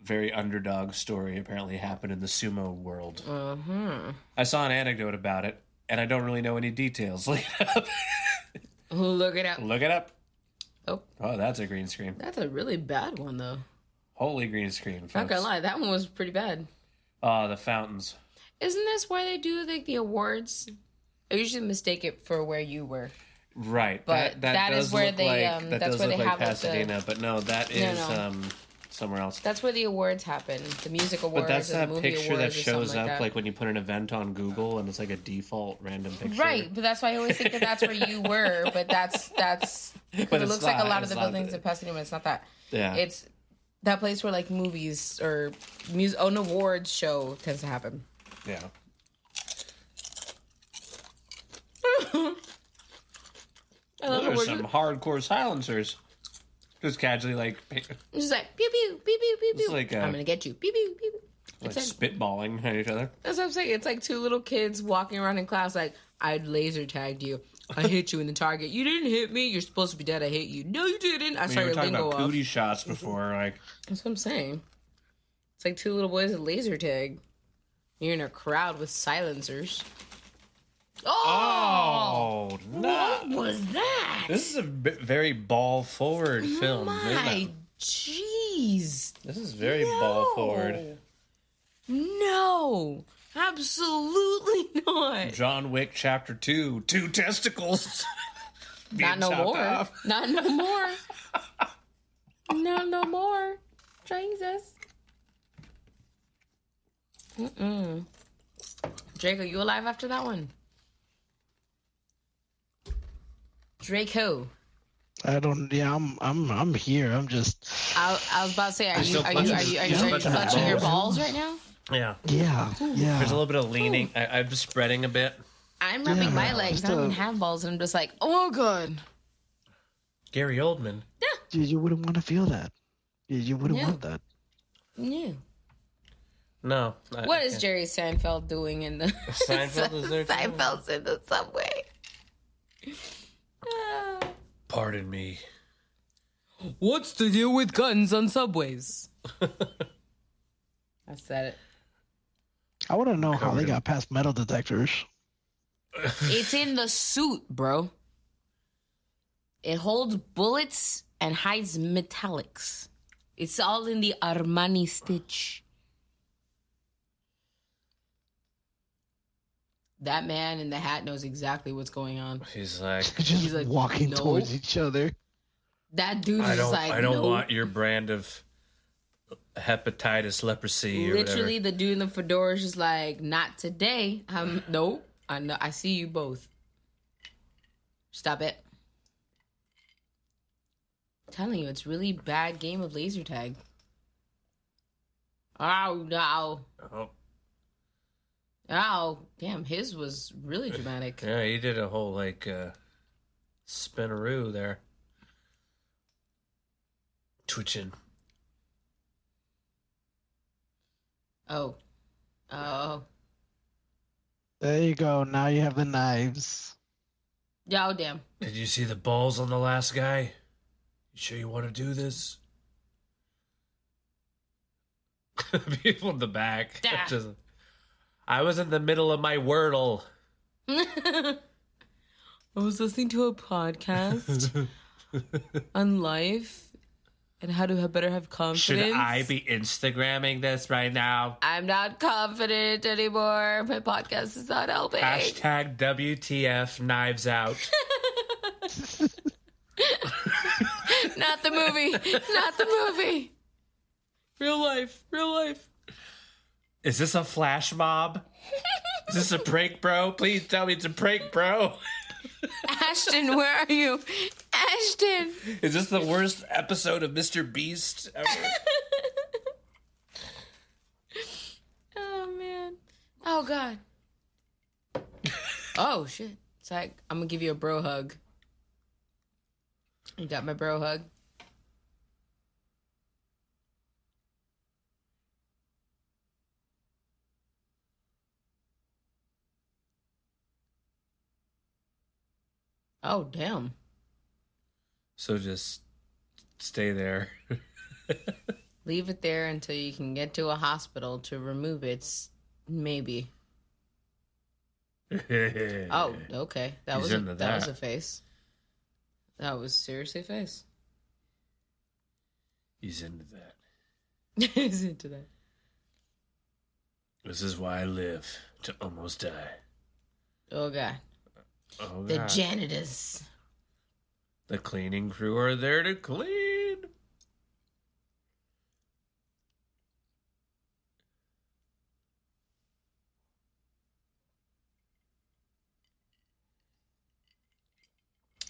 C: Very underdog story apparently happened in the sumo world.
E: huh. Uh huh.
C: I saw an anecdote about it, and I don't really know any details. Look it up.
E: Who look it up?
C: Look it up.
E: Oh,
C: Oh, that's a green screen.
E: that's a really bad one though.
C: Holy green screen,
E: Not
C: folks.
E: gonna lie, that one was pretty bad.
C: Oh, the fountains.
E: Isn't this where they do like the awards? I usually mistake it for where you were.
C: Right.
E: But that is
C: does
E: where
C: look
E: they,
C: like,
E: um,
C: that
E: that's
C: does
E: where
C: look
E: they
C: like
E: have, like, the-
C: Pasadena, but no, that
E: No,
C: is
E: no.
C: um somewhere else.
E: That's where the awards happen. The music awards.
C: But that's
E: or the
C: that
E: movie
C: picture that
E: awards or something
C: shows up
E: that.
C: like when you put an event on Google and it's like a default random picture.
E: Right, but that's why I always think that that's where you were. But that's that's. 'cause
C: But
E: it
C: it's
E: looks like a
C: not-
E: lot of
C: it's
E: the
C: not
E: buildings
C: the-
E: in Pasadena. It's not that.
C: Yeah.
E: It's that place where like movies or music, an awards show tends to happen.
C: yeah.
E: I love
C: There's
E: awards.
C: some hardcore silencers. Just casually like pa-
E: It's just like pew pew pew pew pew
C: It's
E: pew.
C: like, uh,
E: I'm gonna get you. Pew pew pew. pew.
C: like
E: It's like,
C: spitballing at each other.
E: that's what I'm saying. It's like two little kids walking around in class, like I laser tagged you. I hit you in the target. You didn't hit me. You're supposed to be dead. I hit you. No, you didn't. I
C: I mean, we
E: started
C: were
E: your
C: talking
E: lingo
C: about
E: off.
C: booty shots before, like
E: That's what I'm saying. It's like two little boys with laser tag. You're in a crowd with silencers.
C: oh
E: Oh,
C: no!
E: what was that?
C: This is a b- very ball forward film.
E: Oh My
C: isn't it?
E: jeez.
C: This is very ball forward.
E: No. No, absolutely not.
C: John Wick Chapter Two: Two testicles.
E: Not
C: being
E: no
C: chopped
E: more.
C: off.
E: Not no more. Not no more. Jesus. Mm-mm. Drake, are you alive after that one? Draco.
F: I don't. Yeah, I'm. I'm. I'm here. I'm just.
E: I, I was about to say, are you
C: still
E: are you are you are you,
C: clutching-
E: are you
C: still
E: clutching your balls right now?
C: Yeah,
F: Yeah. Yeah.
C: there's a little bit of leaning. I, I'm spreading a bit.
E: I'm rubbing my legs. I
F: still-
E: don't even have balls, and I'm just like, oh god.
C: Gary Oldman.
F: you, you wouldn't want to feel that. You, you wouldn't
E: Yeah.
F: want that.
E: Yeah.
C: No. I-
E: What
C: I
E: is
C: can't.
E: Jerry Seinfeld doing in the
C: Seinfeld is there too?
E: Seinfeld's in the subway. Ah.
C: Pardon me.
E: What's to do with guns on subways? I said it.
F: I want to know how they got past metal detectors.
E: It's in the suit, bro. It holds bullets and hides metallics. It's all in the Armani stitch. That man in the hat knows exactly what's going on.
C: He's like,
F: Just
E: like,
F: walking
E: no.
F: towards each other.
E: That dude
C: I
E: is
C: don't,
E: like,
C: I don't
E: "No."
C: want your brand of hepatitis, leprosy, or
E: Literally, the dude in the fedora is just like, "Not today." I'm nope. I know. I see you both. Stop it. telling you, it's really bad game of laser tag. Oh no!
C: whatever. Oh,
E: Oh damn! His was really dramatic.
C: yeah, he did a whole like uh, spinaroo there, twitching.
E: Oh, oh,
F: There you go. Now you have the knives.
E: yeah, oh damn!
C: Did you see the balls on the last guy? You sure you want to do this? People in the back.
E: Dah.
C: Just- I was in the middle of my wordle.
E: I was listening to a podcast on life and how to have better have
C: Should
E: confidence.
C: I be Instagramming this right now?
E: I'm not confident anymore. My podcast is not helping.
C: Hashtag WTF knives out.
E: Not the movie. not the movie. Real life. Real life.
C: Is this a flash mob? Is this a prank, bro? Please tell me it's a prank, bro.
E: Ashton, where are you? Ashton.
C: Is this the worst episode of Mr. Beast ever?
E: Oh man. Oh god. oh shit. It's like I'm gonna give you a bro hug. You got my bro hug. Oh damn.
C: So just stay there.
E: Leave it there until you can get to a hospital to remove it. Maybe. Oh, okay. That
C: He's
E: was a,
C: into
E: that. was
C: that.
E: a face. That was seriously a face.
C: He's into that.
E: He's into that.
C: This is why I live to almost die.
E: Oh god.
C: Oh,
E: The
C: God.
E: janitors.
C: the cleaning crew are there to clean.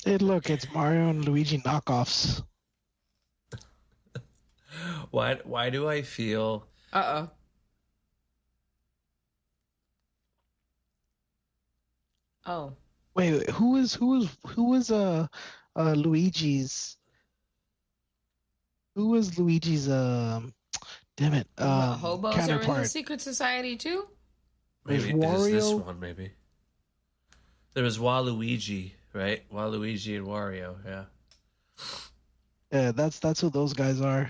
F: It, look, it's Mario and Luigi knockoffs.
C: Why? Why do I feel?
E: Uh oh. Oh,
F: Wait, wait, who was who was who was uh, uh Luigi's? Who was Luigi's? Um, damn it,
E: the
F: um,
E: hobos are in the
F: counterpart.
E: secret society too.
F: There's
C: Maybe it is this
F: Wario.
C: one. Maybe there was Waluigi, right? Waluigi and Wario. Yeah.
F: Yeah, that's that's who those guys are.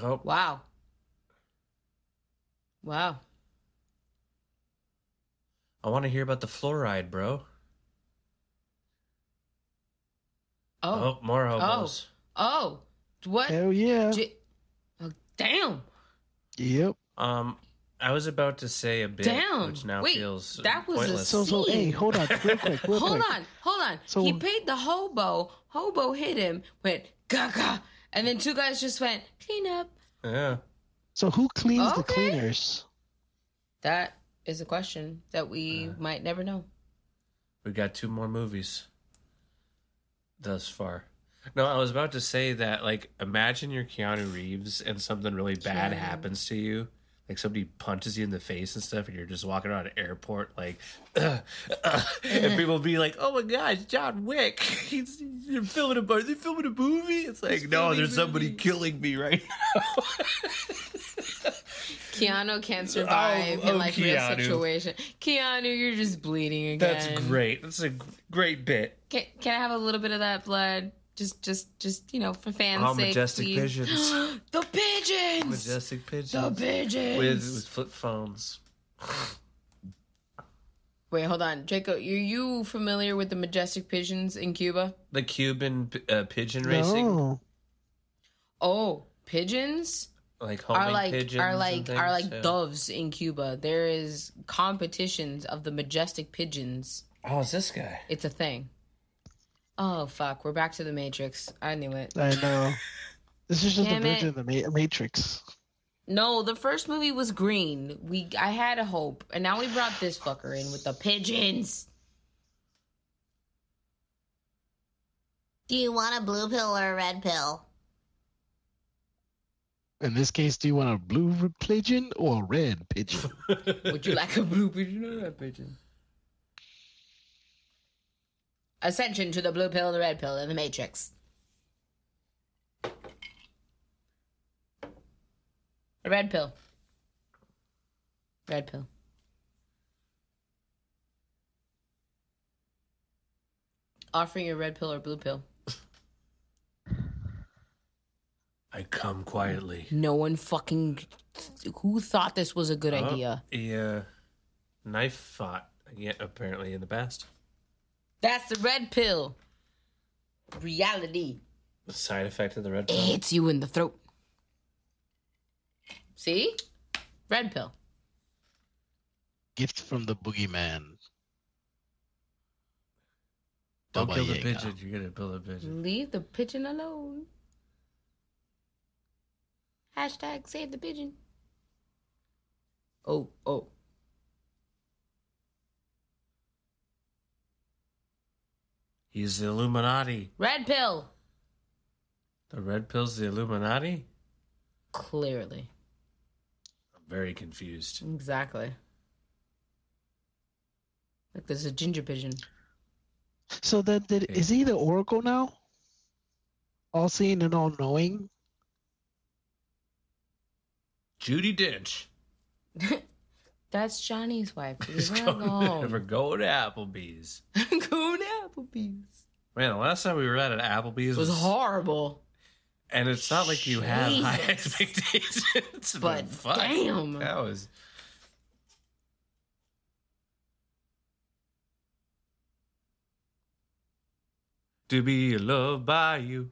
C: Oh,
E: Wow. Wow.
C: I want to hear about the fluoride, bro.
E: Oh.
C: Oh, more hobos.
E: Oh. What?
F: Hell yeah.
E: J- oh, damn.
F: Yep.
C: Um, I was about to say a bit,
E: Damn.
C: which now
E: Wait,
C: feels
E: that was a
C: pointless.
F: So so hey,
E: Scene.
F: hold on, real quick, real
E: Hold
F: quick.
E: on. Hold on.
F: So-
E: he paid the hobo. Hobo hit him. Went gaga. And then two guys just went clean up.
C: yeah.
F: So who cleans the
E: Okay.
F: cleaners?
E: That is a question that we
C: Uh.
E: might never know.
C: We got two more movies thus far. No, I was about to say that, like, imagine you're Keanu Reeves and something really bad
E: Keanu.
C: happens to you. Like, somebody punches you in the face and stuff, and you're just walking around an airport, like, "Ugh, ugh," and people be like, oh my gosh, John Wick. He's, they're filming a, are they filming a movie? It's like, no,
E: filming
C: there's somebody
E: movies."
C: killing me right now.
E: Keanu can't survive
C: oh,
E: in like
C: Keanu.
E: real situation. Keanu, you're just bleeding again.
C: That's great. That's a g- great bit.
E: Can, can I have a little bit of that blood? Just, just, just you know, for fans'
C: Oh,
E: sake.
C: majestic
E: please.
C: visions.
E: The pigeons.
C: Majestic
E: the
C: pigeons.
E: pigeons.
C: With, with flip phones.
E: Wait, hold on, Jacob. Are you familiar with the majestic pigeons in Cuba?
C: the Cuban p- uh, pigeon racing,
F: No.
E: Oh, pigeons
C: like homing
E: are like
C: pigeons,
E: are
C: and
E: like
C: things,
E: are like
C: yeah.
E: doves in Cuba. There is competitions of the majestic pigeons.
C: Oh, it's this guy?
E: It's a thing. Oh fuck, we're back to the Matrix. I knew it.
F: I know. This is just
E: Damn
F: a
E: it.
F: version of the Ma- Matrix.
E: No, the first movie was green. We I had a hope, and now we brought this fucker in with the pigeons.
H: Do you want a blue pill or a red pill?
F: In this case, do you want a blue r- pigeon or a red pigeon?
E: Would you like a blue pigeon or a red pigeon? Ascension to the blue pill, the red pill, and the Matrix. The red pill. Red pill. Offering a red pill or blue pill.
C: I come quietly.
E: No one fucking. Who thought this was a good
C: Oh,
E: idea?
C: He uh, knife fought again, apparently in the past.
E: That's the red pill. Reality.
C: The side effect of the red
E: It
C: pill.
E: hits you in the throat. See? Red pill.
F: Gift from the boogeyman.
C: Don't
F: Baba
C: kill the
F: Yaga.
C: pigeon. You're gonna kill the pigeon.
E: Leave the pigeon alone. Hashtag save the pigeon. Oh, oh.
C: He's the Illuminati.
E: Red pill.
C: The red pill's the Illuminati?
E: Clearly.
C: I'm very confused.
E: Exactly. Look, there's a ginger pigeon.
F: So then, did,
C: Okay.
F: is he the Oracle now? All seeing and all knowing.
C: Judy Dench
E: That's Johnny's wife.
C: is
E: Leave her
C: going to
E: alone.
C: go to Applebee's.
E: Go to Applebee's.
C: Man, the last time we were at an Applebee's
E: It was horrible.
C: And it's not like you have high
E: Jesus.
C: expectations, but,
E: But
C: fuck,
E: damn.
C: that was. To be loved by you.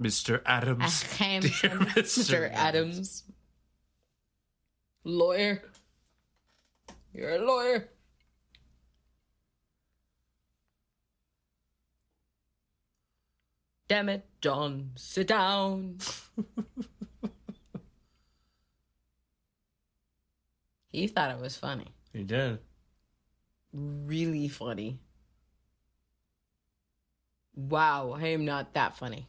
C: Mr. Adams.
E: Ahem,
C: Dear
E: Mr. Adams. Lawyer. You're a lawyer. Damn it, John. Sit down. he thought it was funny.
C: He did.
E: Really funny. Wow, I am not that funny.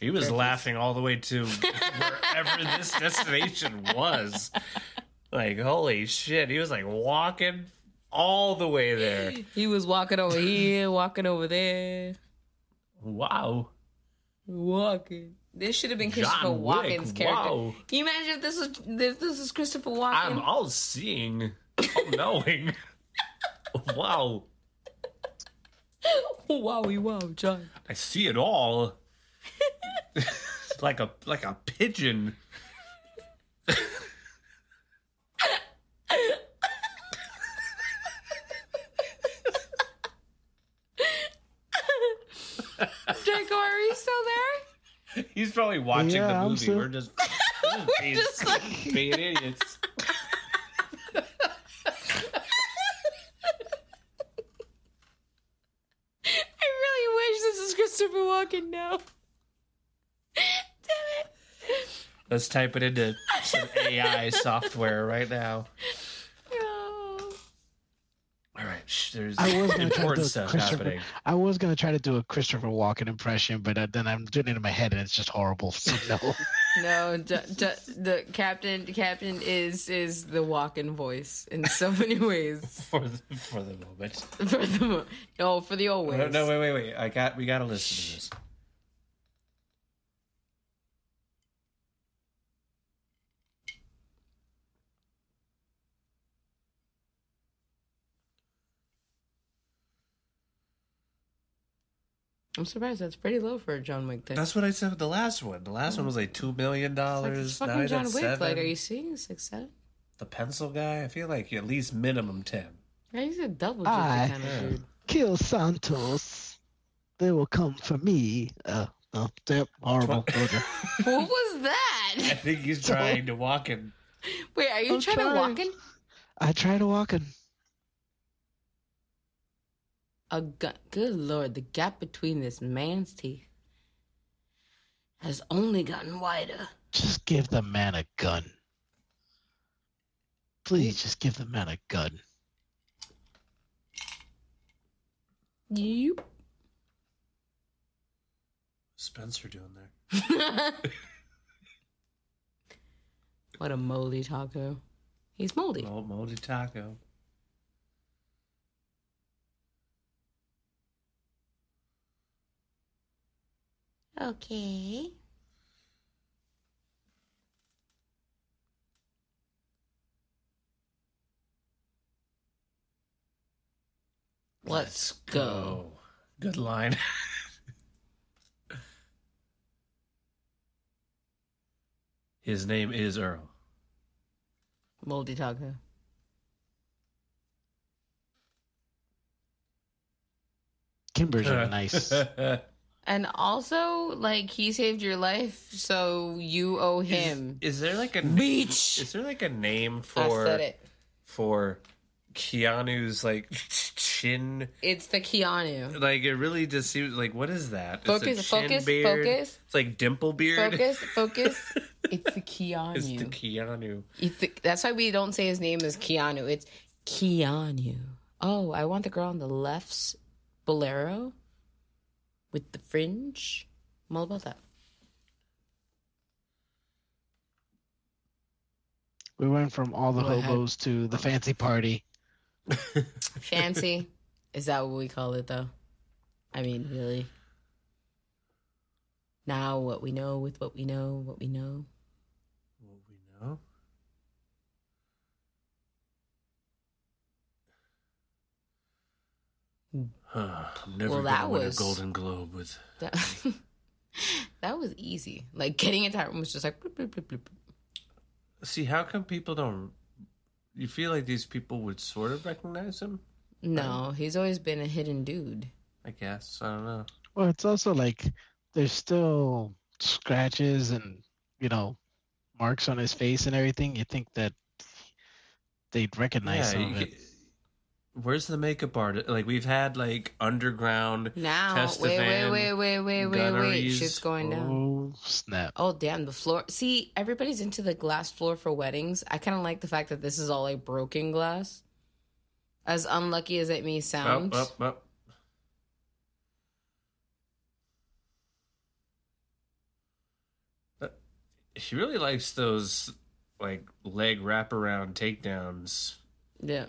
C: He was laughing all the way to wherever this destination was. Like, holy shit. He was like walking all the way there.
E: He was walking over here, walking over there.
C: Wow.
E: Walking. This should have been
C: John
E: Christopher
C: Wick,
E: Walken's character.
C: wow.
E: Can you imagine if this was if this is Christopher Walken?
C: I'm all seeing, all knowing. wow.
E: Wowie wow, John.
C: I see it all. like a like a pigeon.
E: Draco, are you still there?
C: He's probably watching
F: Yeah,
C: the
F: I'm
C: movie.
F: so-
C: We're just, we're just being,
E: Just like
C: being idiots.
E: I really wish this is Christopher Walken now. Damn it.
C: Let's type it into some AI software right now.
E: No.
C: All right, shh, there's
F: I was gonna try to do
C: important
F: a
C: stuff
F: Christopher.
C: happening.
F: I was gonna try to do a Christopher Walken impression, but uh, then I'm doing it in my head and it's just horrible. So no.
E: No, d- d- the captain the captain is is the Walken voice in so many ways.
C: For the, for the moment.
E: For the mo- no, for the old ways.
C: No, Uh, no, wait, wait, wait. I got. We gotta listen to this.
E: I'm surprised that's pretty low for a John Wick thing.
C: That's what I said with the last one. The last one was like two million
E: It's like,
C: dollars.
E: it's fucking John Wick.
C: Seven.
E: Like, are you seeing six seven?
C: The pencil guy. I feel like at least minimum ten.
E: Yeah, he's a double
F: Aye.
E: digit kind of dude.
F: Kill Santos. They will come for me. Uh, oh, yep, horrible. Okay.
E: what was
C: I
E: that?
C: think he's trying to walk in.
E: Wait, are you
F: I'm
E: trying, to
F: trying.
E: walk in
F: I tried walking.
E: a gun? Good lord, the gap between this man's teeth has only gotten wider.
F: Just give the man a gun. Please, just give the man a gun.
E: Yep.
C: Spencer doing there.
E: What a moldy taco. He's moldy.
C: Mo- moldy taco.
H: Okay.
E: Let's
C: Oh,
E: go.
C: good line. His name is Earl.
E: Moldy taco.
F: Kimbers are
C: Uh.
F: nice.
E: And also, like, he saved your life, so you owe him.
C: Is, is there like a
E: Beach.
C: Is there like a name
E: I
C: for
E: said it.
C: for Keanu's like chin.
E: It's the Keanu.
C: Like it really just seems like what is that?
E: Focus,
C: it's a chin
E: focus,
C: beard.
E: focus.
C: It's like dimple beard.
E: Focus, focus. It's the Keanu.
C: It's the Keanu.
E: You think that's why we don't say his name is Keanu. It's Keanu. Oh, I want the girl on the left's bolero with the fringe. I'm all about that.
F: We went from all the
E: Go ahead.
F: hobos to the fancy party.
E: Fancy. is that what we call it though? I mean, really. Now what we know with what we know, what we know.
C: What we know. Huh, I'm never
E: Well,
C: gonna
E: that
C: win
E: was-
C: a Golden Globe with
E: That, that was easy. Like getting into that room was just like bloop, bloop, bloop, bloop.
C: See, how come people don't? You feel like these people would sort of recognize him?
E: No, he's always been a hidden dude.
C: I guess I don't know.
F: Well, it's also like there's still scratches and you know marks on his face and everything. You think that they'd recognize
C: Yeah,
F: some
C: you
F: of it.
C: get- where's the makeup artist? Like we've had like underground.
E: Now,
C: Test the
E: wait, wait,
C: van,
E: wait, wait, wait, wait, wait.
C: gunneries.
E: Shit's going down.
F: Oh snap!
E: Oh damn, the floor. See, everybody's into the glass floor for weddings. I kind of like the fact that this is all like broken glass. As unlucky as it may
C: Oh,
E: sound,
C: oh, oh. Uh, She really likes those like leg wraparound takedowns.
E: yeah.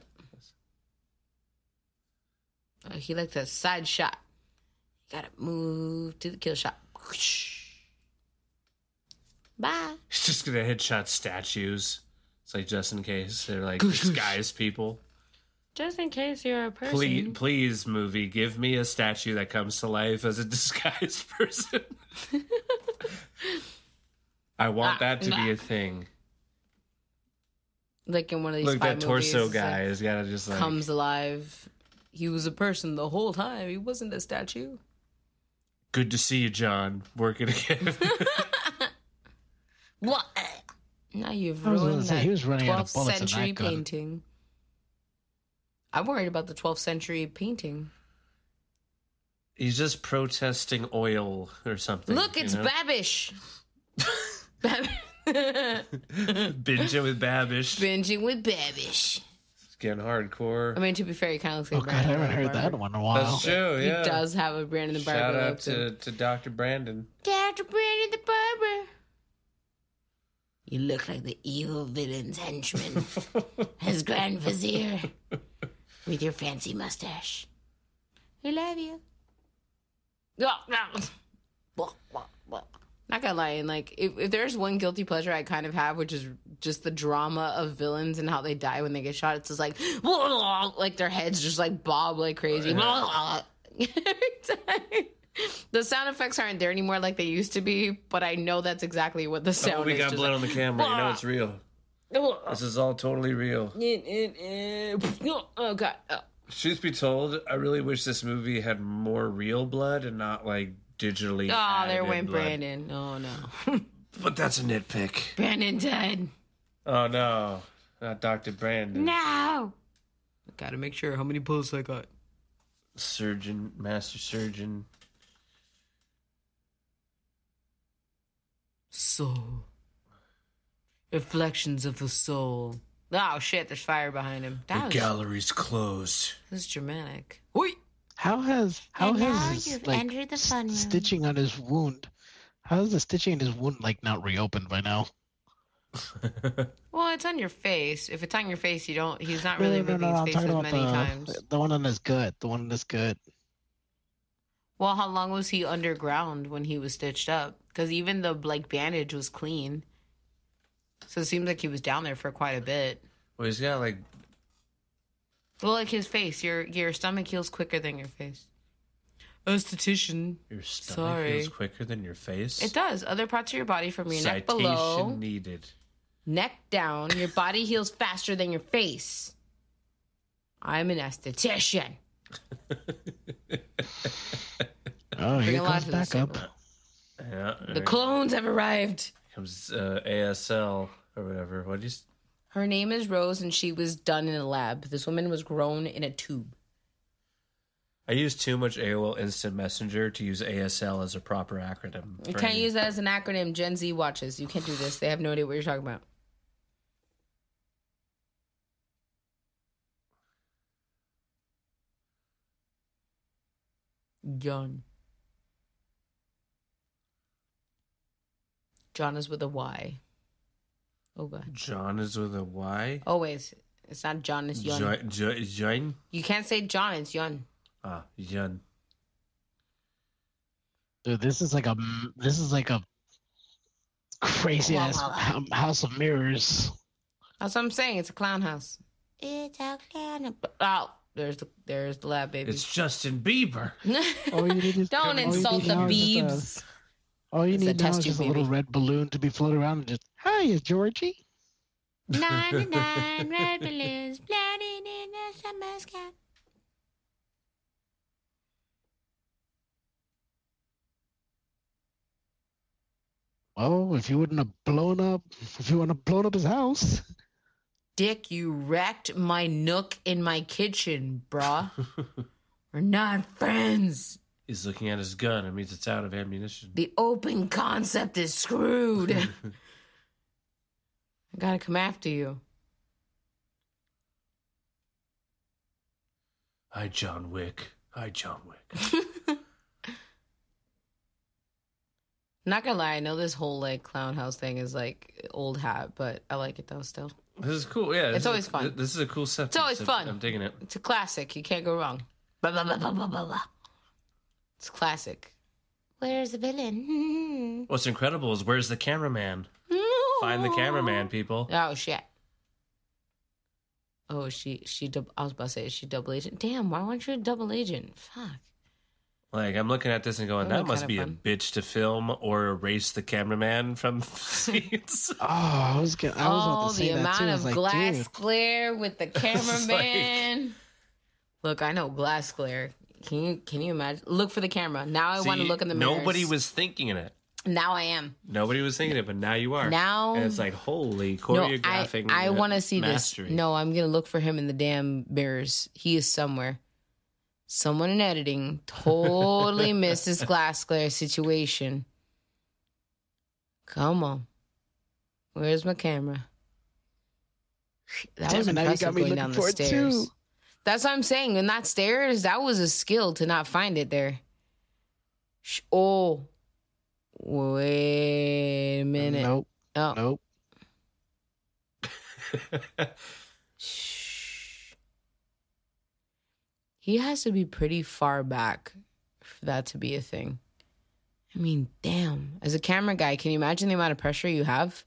E: Uh, he liked that side shot. Got to move to the kill shot. Bye.
C: He's just gonna headshot statues. It's like just in case they're like disguised people.
E: Just in case you're a person.
C: Please, please, movie, give me a statue that comes to life as a disguised person. I want
E: Ah,
C: that to be a thing.
E: Like in one of these
C: Look,
E: spy
C: that torso
E: movies, it's
C: guy
E: like,
C: has got to just like
E: comes alive. He was a person the whole time. He wasn't a statue.
C: Good to see you, John. Working again.
E: What? Now you've
F: I was gonna
E: ruined
F: say,
E: that
F: he was running out of
E: 12th
F: bullets in that
E: century
F: gun.
E: painting. I'm worried about the 12th century painting.
C: He's just protesting oil or something.
E: Look,
C: you
E: it's
C: know?
E: Babish. Bab-
C: binging with Babish.
E: Binging with Babish.
C: It's getting hardcore.
E: I mean, to be fair, he kind of looks
F: Oh
E: like
F: god, I
E: Brandon
F: haven't heard
E: Barber.
F: that Oh, one in a while.
C: That's true.
E: Oh, He
C: Yeah.
E: does have a Brandon Barber
C: Shout out
E: look to
C: to, to Dr. Brandon.
E: Dr. Brandon the Barber. You look like the evil villain's henchman, his grand vizier, with your fancy mustache. We love you. Not gonna lie, and like if, if there's one guilty pleasure I kind of have, which is just the drama of villains and how they die when they get shot, it's just like like their heads just like bob like crazy. Every time. The sound effects aren't there anymore like they used to be, but I know that's exactly what the sound
C: Oh, we
E: is.
C: got
E: just
C: blood on the camera. You know it's real.
E: like,
C: This is all totally real.
E: Oh god. Oh.
C: Truth be told, I really wish this movie had more real blood and not like digitally.
E: Oh, there
C: added
E: went
C: blood.
E: Brandon. Oh no.
C: But that's a nitpick.
E: Brandon dead.
C: Oh no, not Doctor Brandon.
E: No. Gotta make sure how many bullets I got.
C: Surgeon, master surgeon.
E: Soul. Reflections of the soul. Oh shit, there's fire behind him. That was, that
C: gallery's closed.
E: was dramatic. Wait.
F: How has how
H: And now
F: has his,
H: you've
F: like
H: entered the
F: s-
H: fun room.
F: stitching on his wound? How is the stitching in his wound like not reopened by now?
E: Well, it's on your face. If it's on your face, you don't. He's not really moving his face as many times.
F: the, the one on his gut. The one on his gut.
E: Well, how long was he underground when he was stitched up? Because even the like bandage was clean. So it seems like he was down there for quite a bit.
C: Well, he's got like
E: Well, like his face, your your stomach heals quicker than your face. Esthetician.
C: your stomach
E: Sorry.
C: heals quicker than your face.
E: It does. Other parts of your body from your neck
C: Citation
E: below,
C: needed.
E: neck down, your body heals faster than your face. I'm an esthetician.
F: Oh,
E: Bring
F: here
E: a lot
F: comes
E: to the
F: back up.
E: table.
C: Yeah.
E: The clones have arrived.
C: comes uh, ASL or whatever. What do you? s-
E: Her name is Rose, and she was done in a lab. This woman was grown in a tube.
C: I use too much AOL Instant Messenger to use ASL as a proper acronym.
E: You
C: for
E: can't
C: any-
E: use that as an acronym. Gen Z watches. You can't do this. They have no idea what you're talking about. John. John is with a Y. Oh god.
C: John is with a Y.
E: Always. It's not John, it's Yon.
C: Join, jo- join,
E: You can't say John, it's Yon.
C: ah, Yun.
F: Dude, this is like a m- this is like a crazy
H: Wow,
F: ass
H: wow, wow.
F: hou- house of mirrors.
E: That's what I'm saying. It's a clown house.
H: It's a clown.
E: Oh, there's the there's the lab baby.
C: It's Justin Bieber.
F: All you need is- all
E: Don't
F: you
E: insult
F: need
E: the
F: now is just
E: beebs.
F: a- All you
E: It's a
F: need now
E: test
F: is
E: tube,
F: just a little
E: baby.
F: red balloon to be floating around and just, hi, Georgie.
H: 99 red balloons floating in the summer sky.
F: Oh, if you wouldn't have blown up, if you wouldn't have blown up his house.
E: Dick, you wrecked my nook in my kitchen, bruh. We're not friends.
C: He's looking at his gun. It means it's out of ammunition.
E: The open concept is screwed. I gotta come after you.
C: Hi, John Wick. Hi, John Wick.
E: Not gonna lie, I know this whole like clown house thing is like old hat, but I like it though still.
C: This is cool. Yeah, this
E: It's
C: is a-
E: always fun.
C: th- This is a cool set.
E: It's always fun.
C: I'm digging it.
E: It's a classic. You can't go wrong.
H: Blah, blah, blah, blah, blah, blah, blah.
E: It's classic.
H: Where's the villain?
C: What's incredible is where's the cameraman? Find the cameraman, people.
E: Oh shit. Oh, she she. dub- I was about to say is she double agent. Damn, why weren't you a double agent? Fuck.
C: Like I'm looking at this and going,
E: That
C: that
E: would
C: must
E: be
C: be a
E: kinda
C: bitch to film or erase the cameraman from scenes.
F: Oh, I was gonna, I was about
E: Oh,
F: to say
E: the
F: that
E: amount
F: too. I
E: of
F: was like,
E: glass
F: dude,
E: glare with the
C: is
E: cameraman. Look, I know glass glare. Can you can you imagine? Look for the camera. Now I want to
C: See,
E: look in the mirror.
C: Nobody was thinking in it.
E: Now I am.
C: Nobody was thinking it, but now you are.
E: Now-
C: and it's like holy
E: No,
C: choreographing.
E: I, I
C: uh,
E: want to see
C: mastery.
E: this. No, I'm gonna look for him in the damn mirrors. He is somewhere. Someone in editing totally missed this glass glare situation. Come on, where's my camera? That
F: Damn
E: was
F: it, now you
E: impressive
F: got me
E: going
F: looking
E: down the
F: for it,
E: stairs.
F: too.
E: That's what I'm saying. In that stairs, that was a skill to not find it there. Sh- Oh, wait a minute.
F: Nope,
E: Oh.
F: nope.
E: Shh. He has to be pretty far back for that to be a thing. I mean, damn. As a camera guy, can you imagine the amount of pressure you have?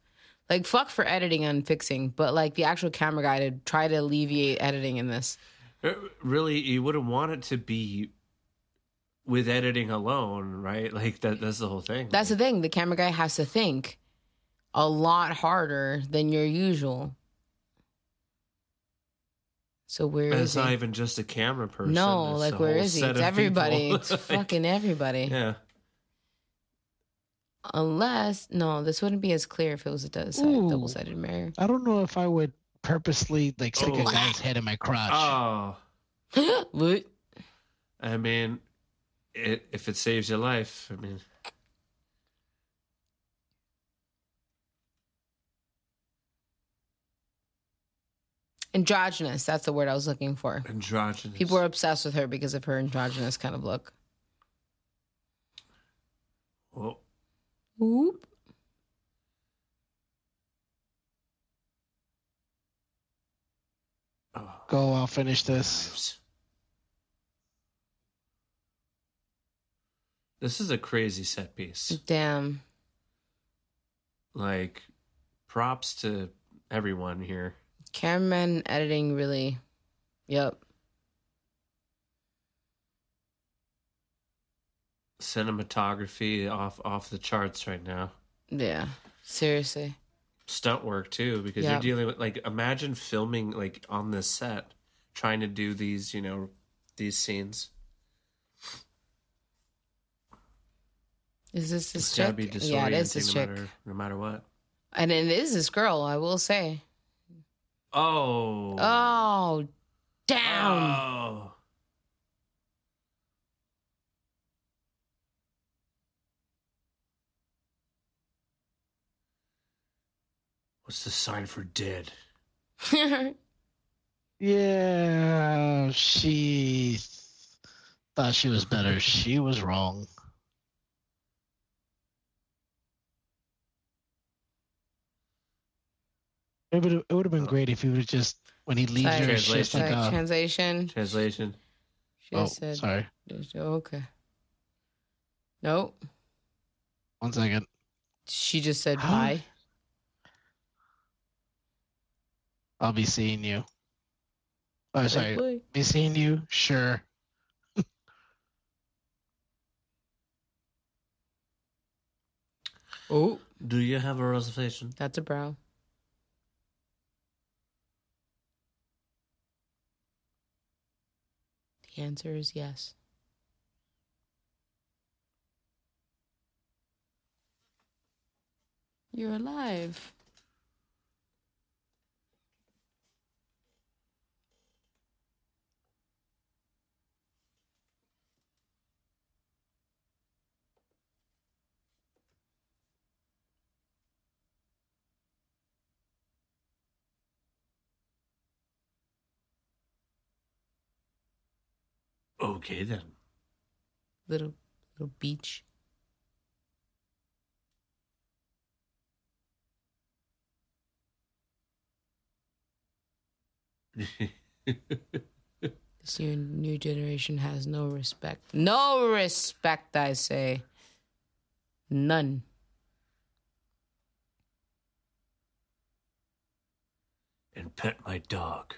E: Like, fuck for editing and fixing, but like the actual camera guy to try to alleviate editing in this.
C: Uh, Really, you wouldn't want it to be with editing alone, right? Like that. That's the whole thing.
E: That's the thing. The camera guy has to think a lot harder than your usual. So where
C: And it's
E: is
C: not
E: he?
C: even just a camera person.
E: no,
C: it's
E: like
C: a
E: where
C: whole
E: is he?
C: set
E: It's
C: of
E: everybody.
C: people.
E: It's
C: Like,
E: fucking everybody.
C: Yeah.
E: Unless no, this wouldn't be as clear if it was a
F: Ooh.
E: double sided mirror.
F: I don't know if I would purposely like stick
C: Oh.
F: a guy's head in my crotch.
C: Oh,
E: what?
C: I mean, it, if it saves your life, I mean,
E: Androgynous. That's the word I was looking for.
C: androgynous.
E: People are obsessed with her because of her androgynous kind of look.
C: Well,
E: Oop.
C: oh,
F: Go, I'll finish this.
C: This is a crazy set piece.
E: Damn.
C: Like, props to everyone here.
E: Cameraman editing really. Yep.
C: Cinematography off off the charts right now.
E: Yeah. Seriously.
C: stunt work too because
E: Yeah.
C: you're dealing with like imagine filming like on this set trying to do these you know these scenes
E: Is this this
C: it's gotta
E: chick?
C: be disorienting
E: yeah, it is this
C: no
E: chick.
C: matter no matter what
E: And it is this girl, I will say.
C: Oh.
E: Oh, down.
C: Oh. What's the sign for dead?
F: Yeah, she thought she was better. She was wrong. It would it would have been great if he would have just when he leaves her, it's just
C: Translation.
F: like,
E: Sorry,
F: uh,
E: translation.
C: Translation.
E: She
F: oh,
E: said,
F: sorry,
E: okay. Nope.
F: one second.
E: She just said
F: Huh?
E: bye.
F: I'll be seeing you. Oh, sorry, be seeing you. Sure.
E: Oh,
C: Do you have a reservation?
E: that's a brow. The answer is yes. You're alive.
C: Okay then.
E: Little little beach. This new, new generation has no respect. No respect, I say. None.
C: and pet my dog.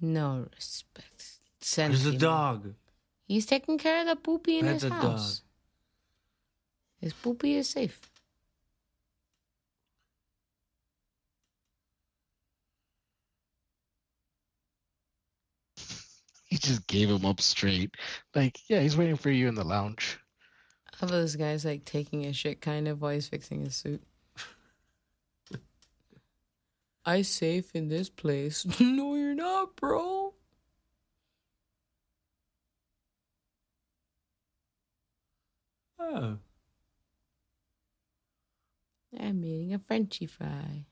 E: No respect. Send
C: There's a
E: him.
C: dog.
E: He's taking care of the poopy in
C: Pet
E: his
C: the
E: house. His poopy is safe.
F: He just gave him up straight. Like, yeah, he's waiting for you in the lounge.
E: I love this guy's like taking a shit kind of while he's fixing his suit. I safe in this place. no, you're not, bro.
C: Oh.
E: I'm eating a Frenchy fry.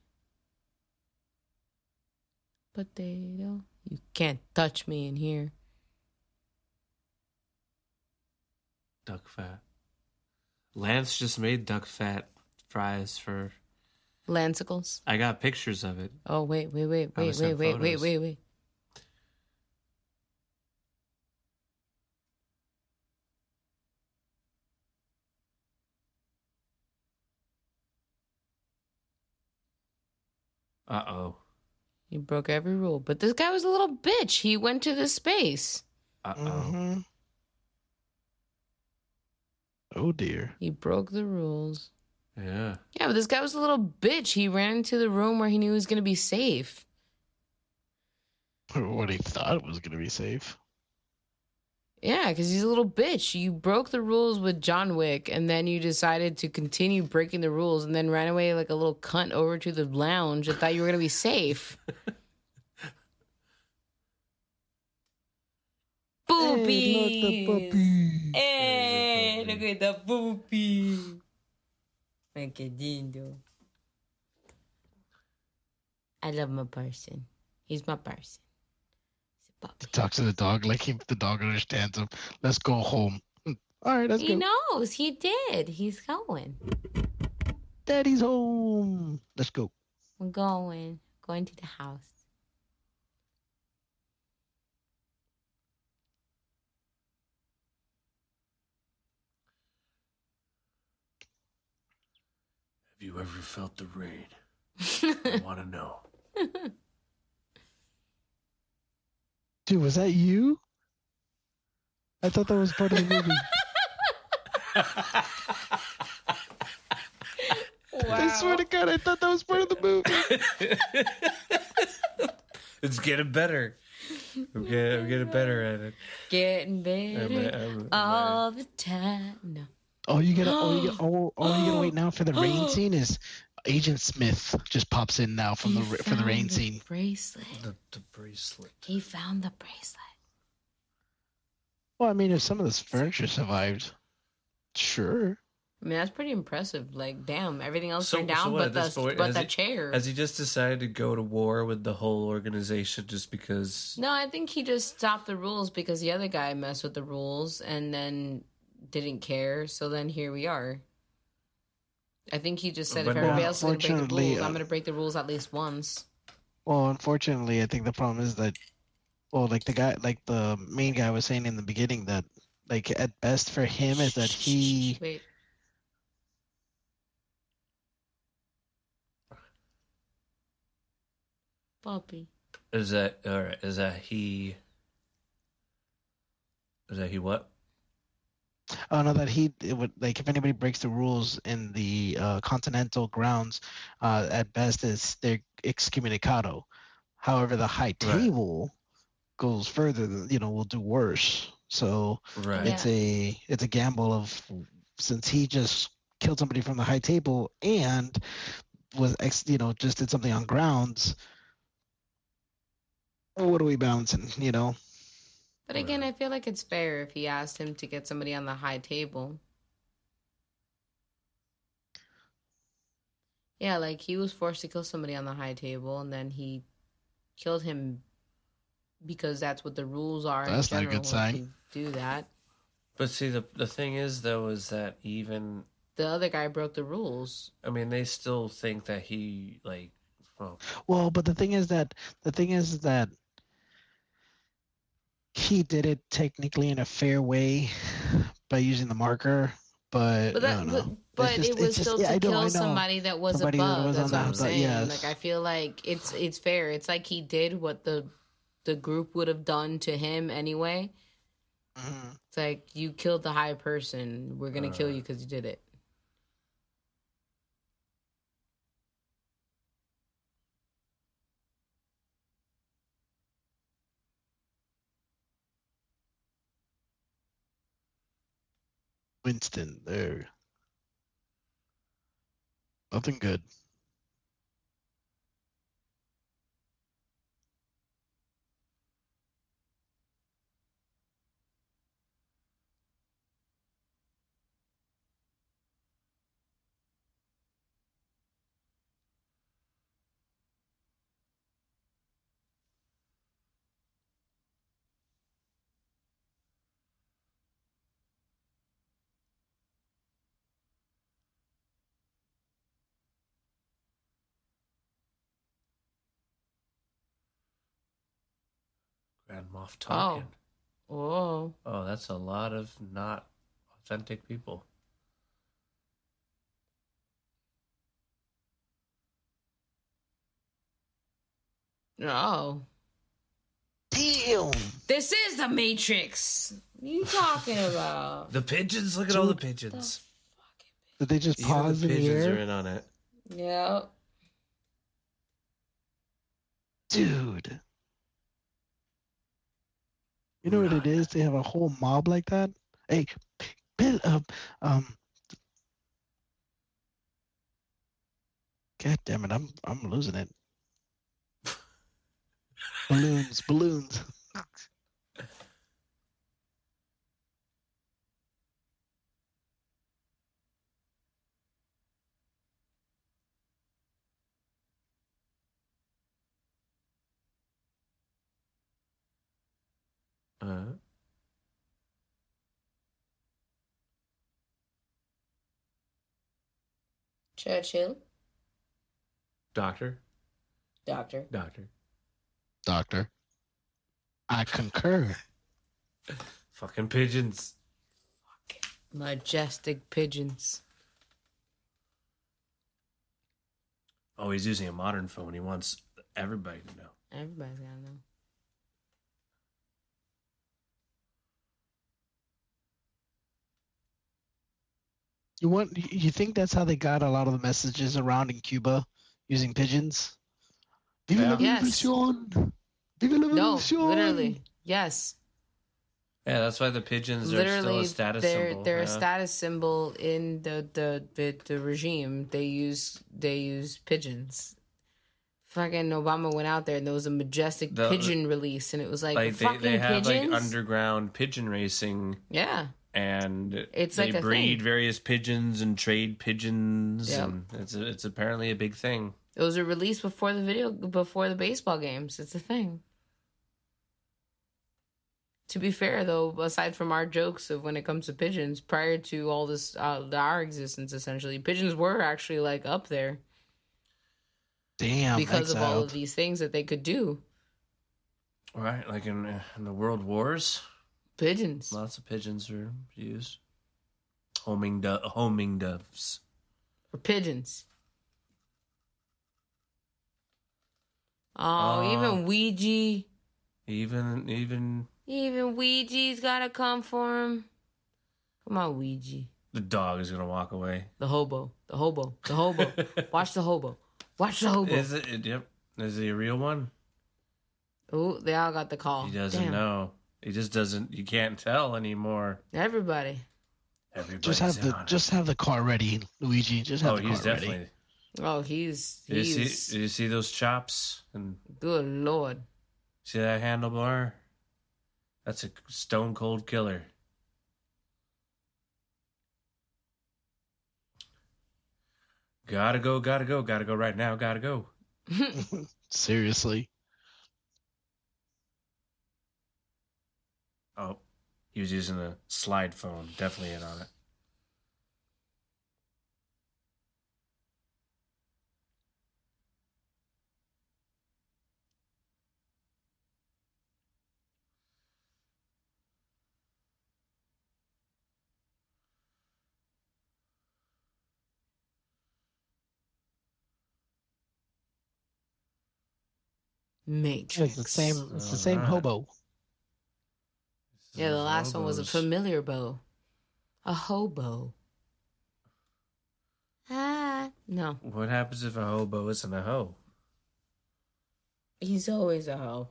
E: Potato. You can't touch me in here.
C: Duck fat. Lance just made duck fat fries for.
E: Lancicles.
C: I got pictures of it.
E: Oh wait, wait, wait,
C: I
E: wait,
C: was
E: wait,
C: sent
E: wait, wait,
C: photos.
E: wait, wait.
C: Uh oh.
E: You broke every rule. But this guy was a little bitch. He went to this space.
C: Uh oh.
F: Mhm. Oh dear.
E: He broke the rules.
C: Yeah.
E: Yeah, but this guy was a little bitch. He ran into the room where he knew he was gonna be safe.
F: What he thought was gonna be safe.
E: Yeah, because he's a little bitch. You broke the rules with John Wick, and then you decided to continue breaking the rules, and then ran away like a little cunt over to the lounge and thought you were gonna be safe.
F: Hey, look, the
E: Boobies.
F: puppy.
E: Hey, look at the poopy. Man, que lindo. I love my person. He's my person. He's a puppy.
F: He talks to the dog like he, the dog understands him. Let's go home. All right, let's
E: He
F: go.
E: knows. He did. He's going.
F: Daddy's home. Let's go.
E: We're going. Going to the house.
C: Have you ever felt the rain? I want to know.
F: Dude, was that you? I thought that was part of the movie. I swear to God, I thought that was part of the movie.
C: It's getting better. I'm getting, I'm getting better at it.
E: Getting better
C: Am I- am- am I-
E: all the time. No.
F: All you gotta, all you gotta, all, all you gotta wait now for the rain scene is Agent Smith just pops in now from the
E: He
F: for the rain
E: found
F: scene.
E: Bracelet.
B: The, the bracelet.
E: He found the bracelet.
F: Well, I mean, if some of this furniture survived, sure.
E: I mean, that's pretty impressive. Like, damn, everything else
B: So-
E: went down,
B: so what,
E: but
B: at this
E: the
B: point,
E: but
B: has
E: the
B: he-
E: chair.
B: Has he just decided to go to war with the whole organization just because?
E: No, I think he just stopped the rules because the other guy messed with the rules and then didn't care. So then here we are. I think he just said if
B: But
E: everybody
B: now-
E: else is going to break the
F: Unfortunately,
E: rules,
F: uh,
E: I'm going to break the rules at least once.
F: Well, unfortunately, I think the problem is that, well, like the guy, like the main guy was saying in the beginning that, like at best for him is that he
E: Wait. Bobby.
B: Is that all right? Is that he? Is that he? What?
F: Oh no, that he it would like if anybody breaks the rules in the uh, continental grounds, uh, at best is they're excommunicado. However, the high
B: Right.
F: table goes further. than- You know, will do worse. So
B: Right.
E: Yeah.
F: it's a it's a gamble of since he just killed somebody from the high table and was ex, you know just did something on grounds. What are we balancing? You know,
E: But again, I feel like it's fair if he asked him to get somebody on the high table. Yeah, like he was forced to kill somebody on the high table, and then he killed him because that's what the rules are. in
F: That's not a
E: general
F: good
E: if
F: sign.
E: you Do that.
B: But see, the the thing is though, is that even
E: The other guy broke the rules.
B: I mean, they still think that he like. Well,
F: Well, but the thing is that the thing is that he did it technically in a fair way by using the marker, but,
E: But that,
F: I don't
E: but,
F: know.
E: but
F: It's just-
E: it
F: it's
E: was
F: just-
E: still
F: yeah, I
E: to
F: know, I
E: kill
F: know.
E: somebody that was
F: Somebody that
E: above.
F: was
E: That's what
F: on the
E: I'm
F: outside,
E: saying.
F: yes.
E: Like I feel like it's it's fair. It's like he did what the the group would have done to him anyway.
F: Mhm.
E: It's like you killed the high person. We're gonna kill you because you did it.
F: Winston there. Nothing good.
B: Grand Moff Tarkin.
E: Oh,
B: Oh. that's a lot of not authentic people.
E: no!
F: Damn.
E: Oh. This is the Matrix. What are you talking about?
B: The pigeons. Look at all the pigeons.
F: Did they just
B: Even
F: pause
B: the
F: in the
B: pigeons
F: air?
B: are in on it.
E: yep.
F: Dude. You know what it is? They have a whole mob like that. Hey, Bill, um, um, God damn it! I'm I'm losing it. balloons, balloons.
B: Uh,
E: Churchill,
B: doctor,
E: doctor.
B: doctor.
F: Doctor, I concur.
B: Fucking pigeons.
E: Majestic pigeons.
B: Oh, he's using a modern phone. He wants everybody to know.
E: Everybody's gotta know.
F: You want? you- You think that's how they got a lot of the messages around in Cuba using pigeons? Vive la
E: Yeah. Yes.
F: revolución! Vive la
E: No,
F: revolución!
E: literally. Yes.
B: Yeah, that's why the pigeons are still
E: Literally,
B: a status
E: they're
B: symbol.
E: they're
B: yeah.
E: a status symbol in the, the the the regime. They use they use pigeons. Fucking Obama went out there and there was a majestic
B: The-
E: pigeon release, and it was like,
B: like they,
E: fucking
B: they have
E: pigeons.
B: like underground pigeon racing
E: yeah,
B: and
E: It's
B: they
E: like a
B: breed
E: thing.
B: various pigeons and trade pigeons
E: Yeah.
B: and it's it's apparently a big thing.
E: it was a release before the video before the baseball games. It's a thing. To be fair, though, aside from our jokes of when it comes to pigeons, prior to all this uh, our existence, essentially, pigeons were actually like up there.
F: Damn,
E: because of all
F: exiled.
E: of these things that they could do.
B: Right, like in, uh, in the world wars,
E: Pigeons.
B: lots of pigeons are used. Homing do- homing doves.
E: Or pigeons. Oh,
B: Uh,
E: even Ouija.
B: Even even
E: Even Ouija's gotta come for him. Come on, Ouija.
B: the dog is gonna walk away.
E: The hobo. The hobo. The hobo. Watch the hobo. Watch the hobo.
B: Is it? Yep. Is he a real one?
E: Oh, they all got the call.
B: He doesn't
E: Damn.
B: know. He just doesn't. You can't tell anymore.
E: Everybody.
B: Everybody's
F: just have
B: in
F: the
B: on it.
F: just have the car ready, Luigi. Just have
B: Oh,
F: the
B: he's
F: car ready.
B: definitely.
E: Oh, he's
B: Did
E: he's
B: you see? Did you see those chops and
E: good lord.
B: see that handlebar? That's a stone cold killer. Gotta go, gotta go, gotta go right now, gotta go.
F: Seriously,
B: Oh, he was using a slide phone. Definitely in on it.
E: Matrix.
F: it's the same. It's the same
B: Alright.
F: hobo.
E: Yeah, the
B: Those
E: last one was a
B: logos.
E: familiar bow. A hobo.
I: Ah,
E: No.
B: What happens if a hobo isn't a hoe?
E: He's always a hoe.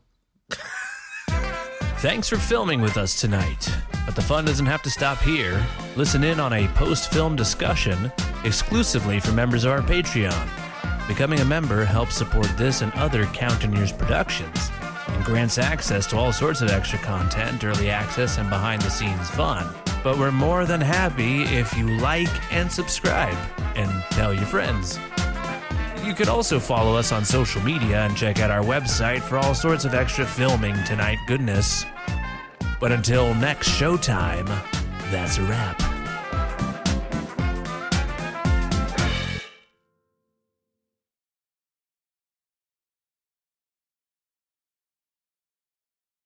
G: Thanks for filming with us tonight. But the fun doesn't have to stop here. Listen in on a post film discussion exclusively for members of our Patreon. Becoming a member helps support this and other Count and Years productions and grants access to all sorts of extra content, early access, and behind the scenes fun. But we're more than happy if you like and subscribe and tell your friends. You could also follow us on social media and check out our website for all sorts of extra filming tonight goodness. But until next showtime, that's a wrap.